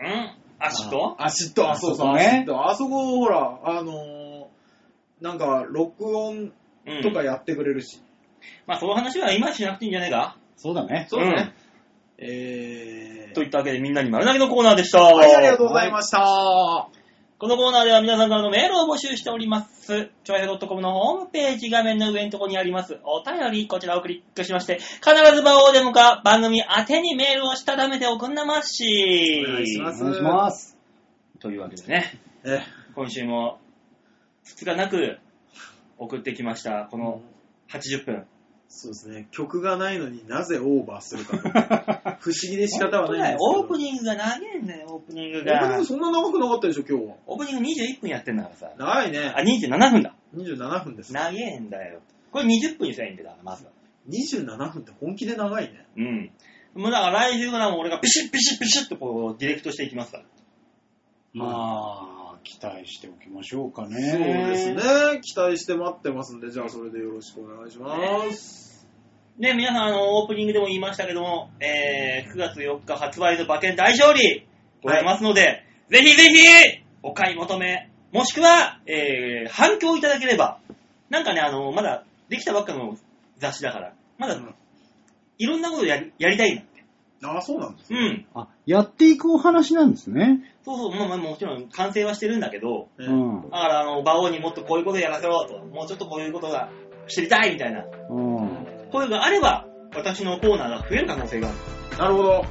S2: うん足と
S3: あ、嫉妬、あ、そうそう、
S1: あそこね
S3: 嫉妬あそこ、ほら、あのー、なんか、録音
S2: うん。
S3: とかやってくれるし。
S2: まあ、その話は今しなくていいんじゃねえか
S1: そうだね。
S3: そうだ
S2: うん
S3: ね。えー、
S2: といったわけでみんなに丸投げのコーナーでした。
S3: はい、ありがとうございました。
S2: このコーナーでは皆さんからのメールを募集しております。ちょいへッ .com のホームページ画面の上のところにありますお便り、こちらをクリックしまして、必ず場をデモか番組宛てにメールをしたためておくんなまし。
S4: お願いし
S1: お
S4: ま
S1: 願いします。
S2: というわけでね、
S3: え
S2: 今週も2日なく送ってきました、この80分。
S4: そうですね。曲がないのになぜオーバーする
S2: *laughs*
S4: か。不思議で仕方はないんですけど。
S2: オープニングが長いんだよ、オープニング
S3: ー、僕
S2: が
S3: も。そんな長くなかったでしょ、今日は。
S2: オープニング21分やってんだからさ。
S3: ないね
S2: あ、。27分だ。
S3: 27分です。
S2: 長えんだよ。これ20分にしたらいいんだよ、まずは。
S4: 27分って本気で長いね。
S2: うん。もうだから来週からも俺がピシッピシッピシッとこうディレクトしていきますから。
S1: まあ、期待しておきましょうかね。
S3: そうですね。期待して待ってますんで、じゃあそれでよろしくお願いします。
S2: ね、皆さんあの、オープニングでも言いましたけども、えー、9月4日発売の馬券大勝利ございますので、ぜひぜひお買い求め、もしくは、えー、反響いただければ、なんかね、あの、まだできたばっかの雑誌だから、まだ
S3: うん
S2: いろんなことやりやりたいな。
S3: ああ、そうなんです
S2: う
S3: ね。
S2: ん。
S1: あ、やっていくお話なんですね。
S2: そうそう、まあまあもちろん完成はしてるんだけど、
S1: う
S3: ね
S1: ん。う
S2: だから、あの、馬王にもっとこういうことやらせろと、もうちょっとこういうことが知りたいみたいな
S1: ん。
S2: 声があれば、私のコーナーが増える可能性がある、
S3: なるほど。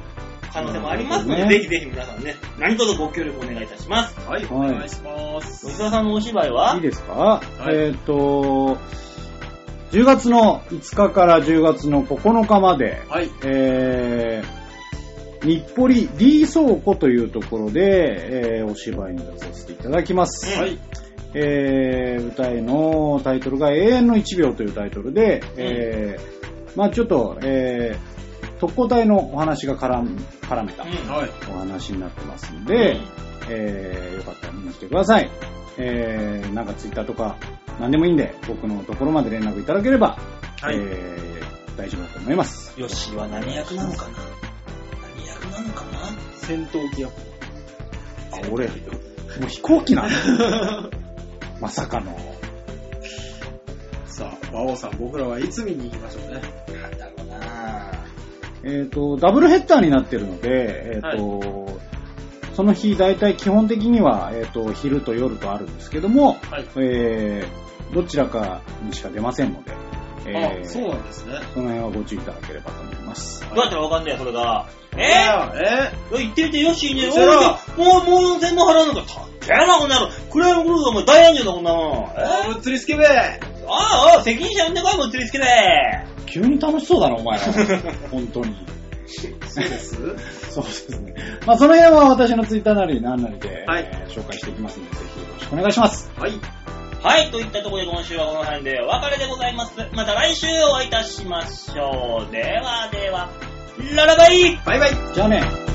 S2: 可能性もありますので、
S1: うん
S2: ぜひぜひ皆さんね、何卒ご協力お願いいたします。
S3: はい、お
S1: はい
S3: 願いします。
S2: 吉沢さんのお芝居はい
S1: いですか、
S3: い
S1: えっ、と、10月の5日から10月の9日まで、
S3: はい。
S1: えー、日暮里 D 倉庫というところで、えーお芝居に出させていただきます。
S2: うん
S3: はい。
S1: えー舞台のタイトルが永遠の1秒というタイトルで、えーまあちょっと、えー特攻隊のお話が絡む絡めた
S2: うん
S3: はい。
S1: お話になってますんで、えーよかったら見に来てください。えーなんかツイッターとか何でもいいんで、僕のところまで連絡いただければ、
S3: はい
S1: えー大丈夫だと思います。
S2: よしは何役なのかな何役なのかな
S3: 戦闘機役。
S1: あ、俺、もう飛行機なの *laughs* まさかの。
S3: さあ、馬王さん、僕らはいつ見に行きましょうね。
S2: なんだろうな
S1: えっ、と、ダブルヘッダーになってるので、えっ、と、その日大体基本的には、えっ、と、昼と夜とあるんですけども、
S3: はい
S1: えーどちらかにしか出ませんので、えー
S3: あ、そうなんですね。
S1: その辺はご注意いただければと思います。
S2: どうやったらわかんないよ、それが。えー
S3: あーえ
S2: 言ってみてよしね、
S3: う
S2: お
S3: るせえない
S2: もう、もう全部払うのか。たっけえな、こんなの。暗闇黒田、お前大炎上だ、こんなの。えー
S3: あーぶっつりスケベは
S2: ああああ、責任者呼んでこい、もう釣りつけで。
S1: 急に楽しそうだな、お前ら。
S3: *laughs*
S1: 本当に。
S4: そうです。
S1: そうですね。まあ、その辺は私のツイッターなり何なりで、
S3: はい
S1: えー紹介していきますので、ぜひよろしくお願いします。
S3: い。
S2: はい、といったところで今週はこの辺でお別れでございます。また来週お会いいたしましょう。ではでは、ララバイ
S3: バイバイ
S1: じゃあね。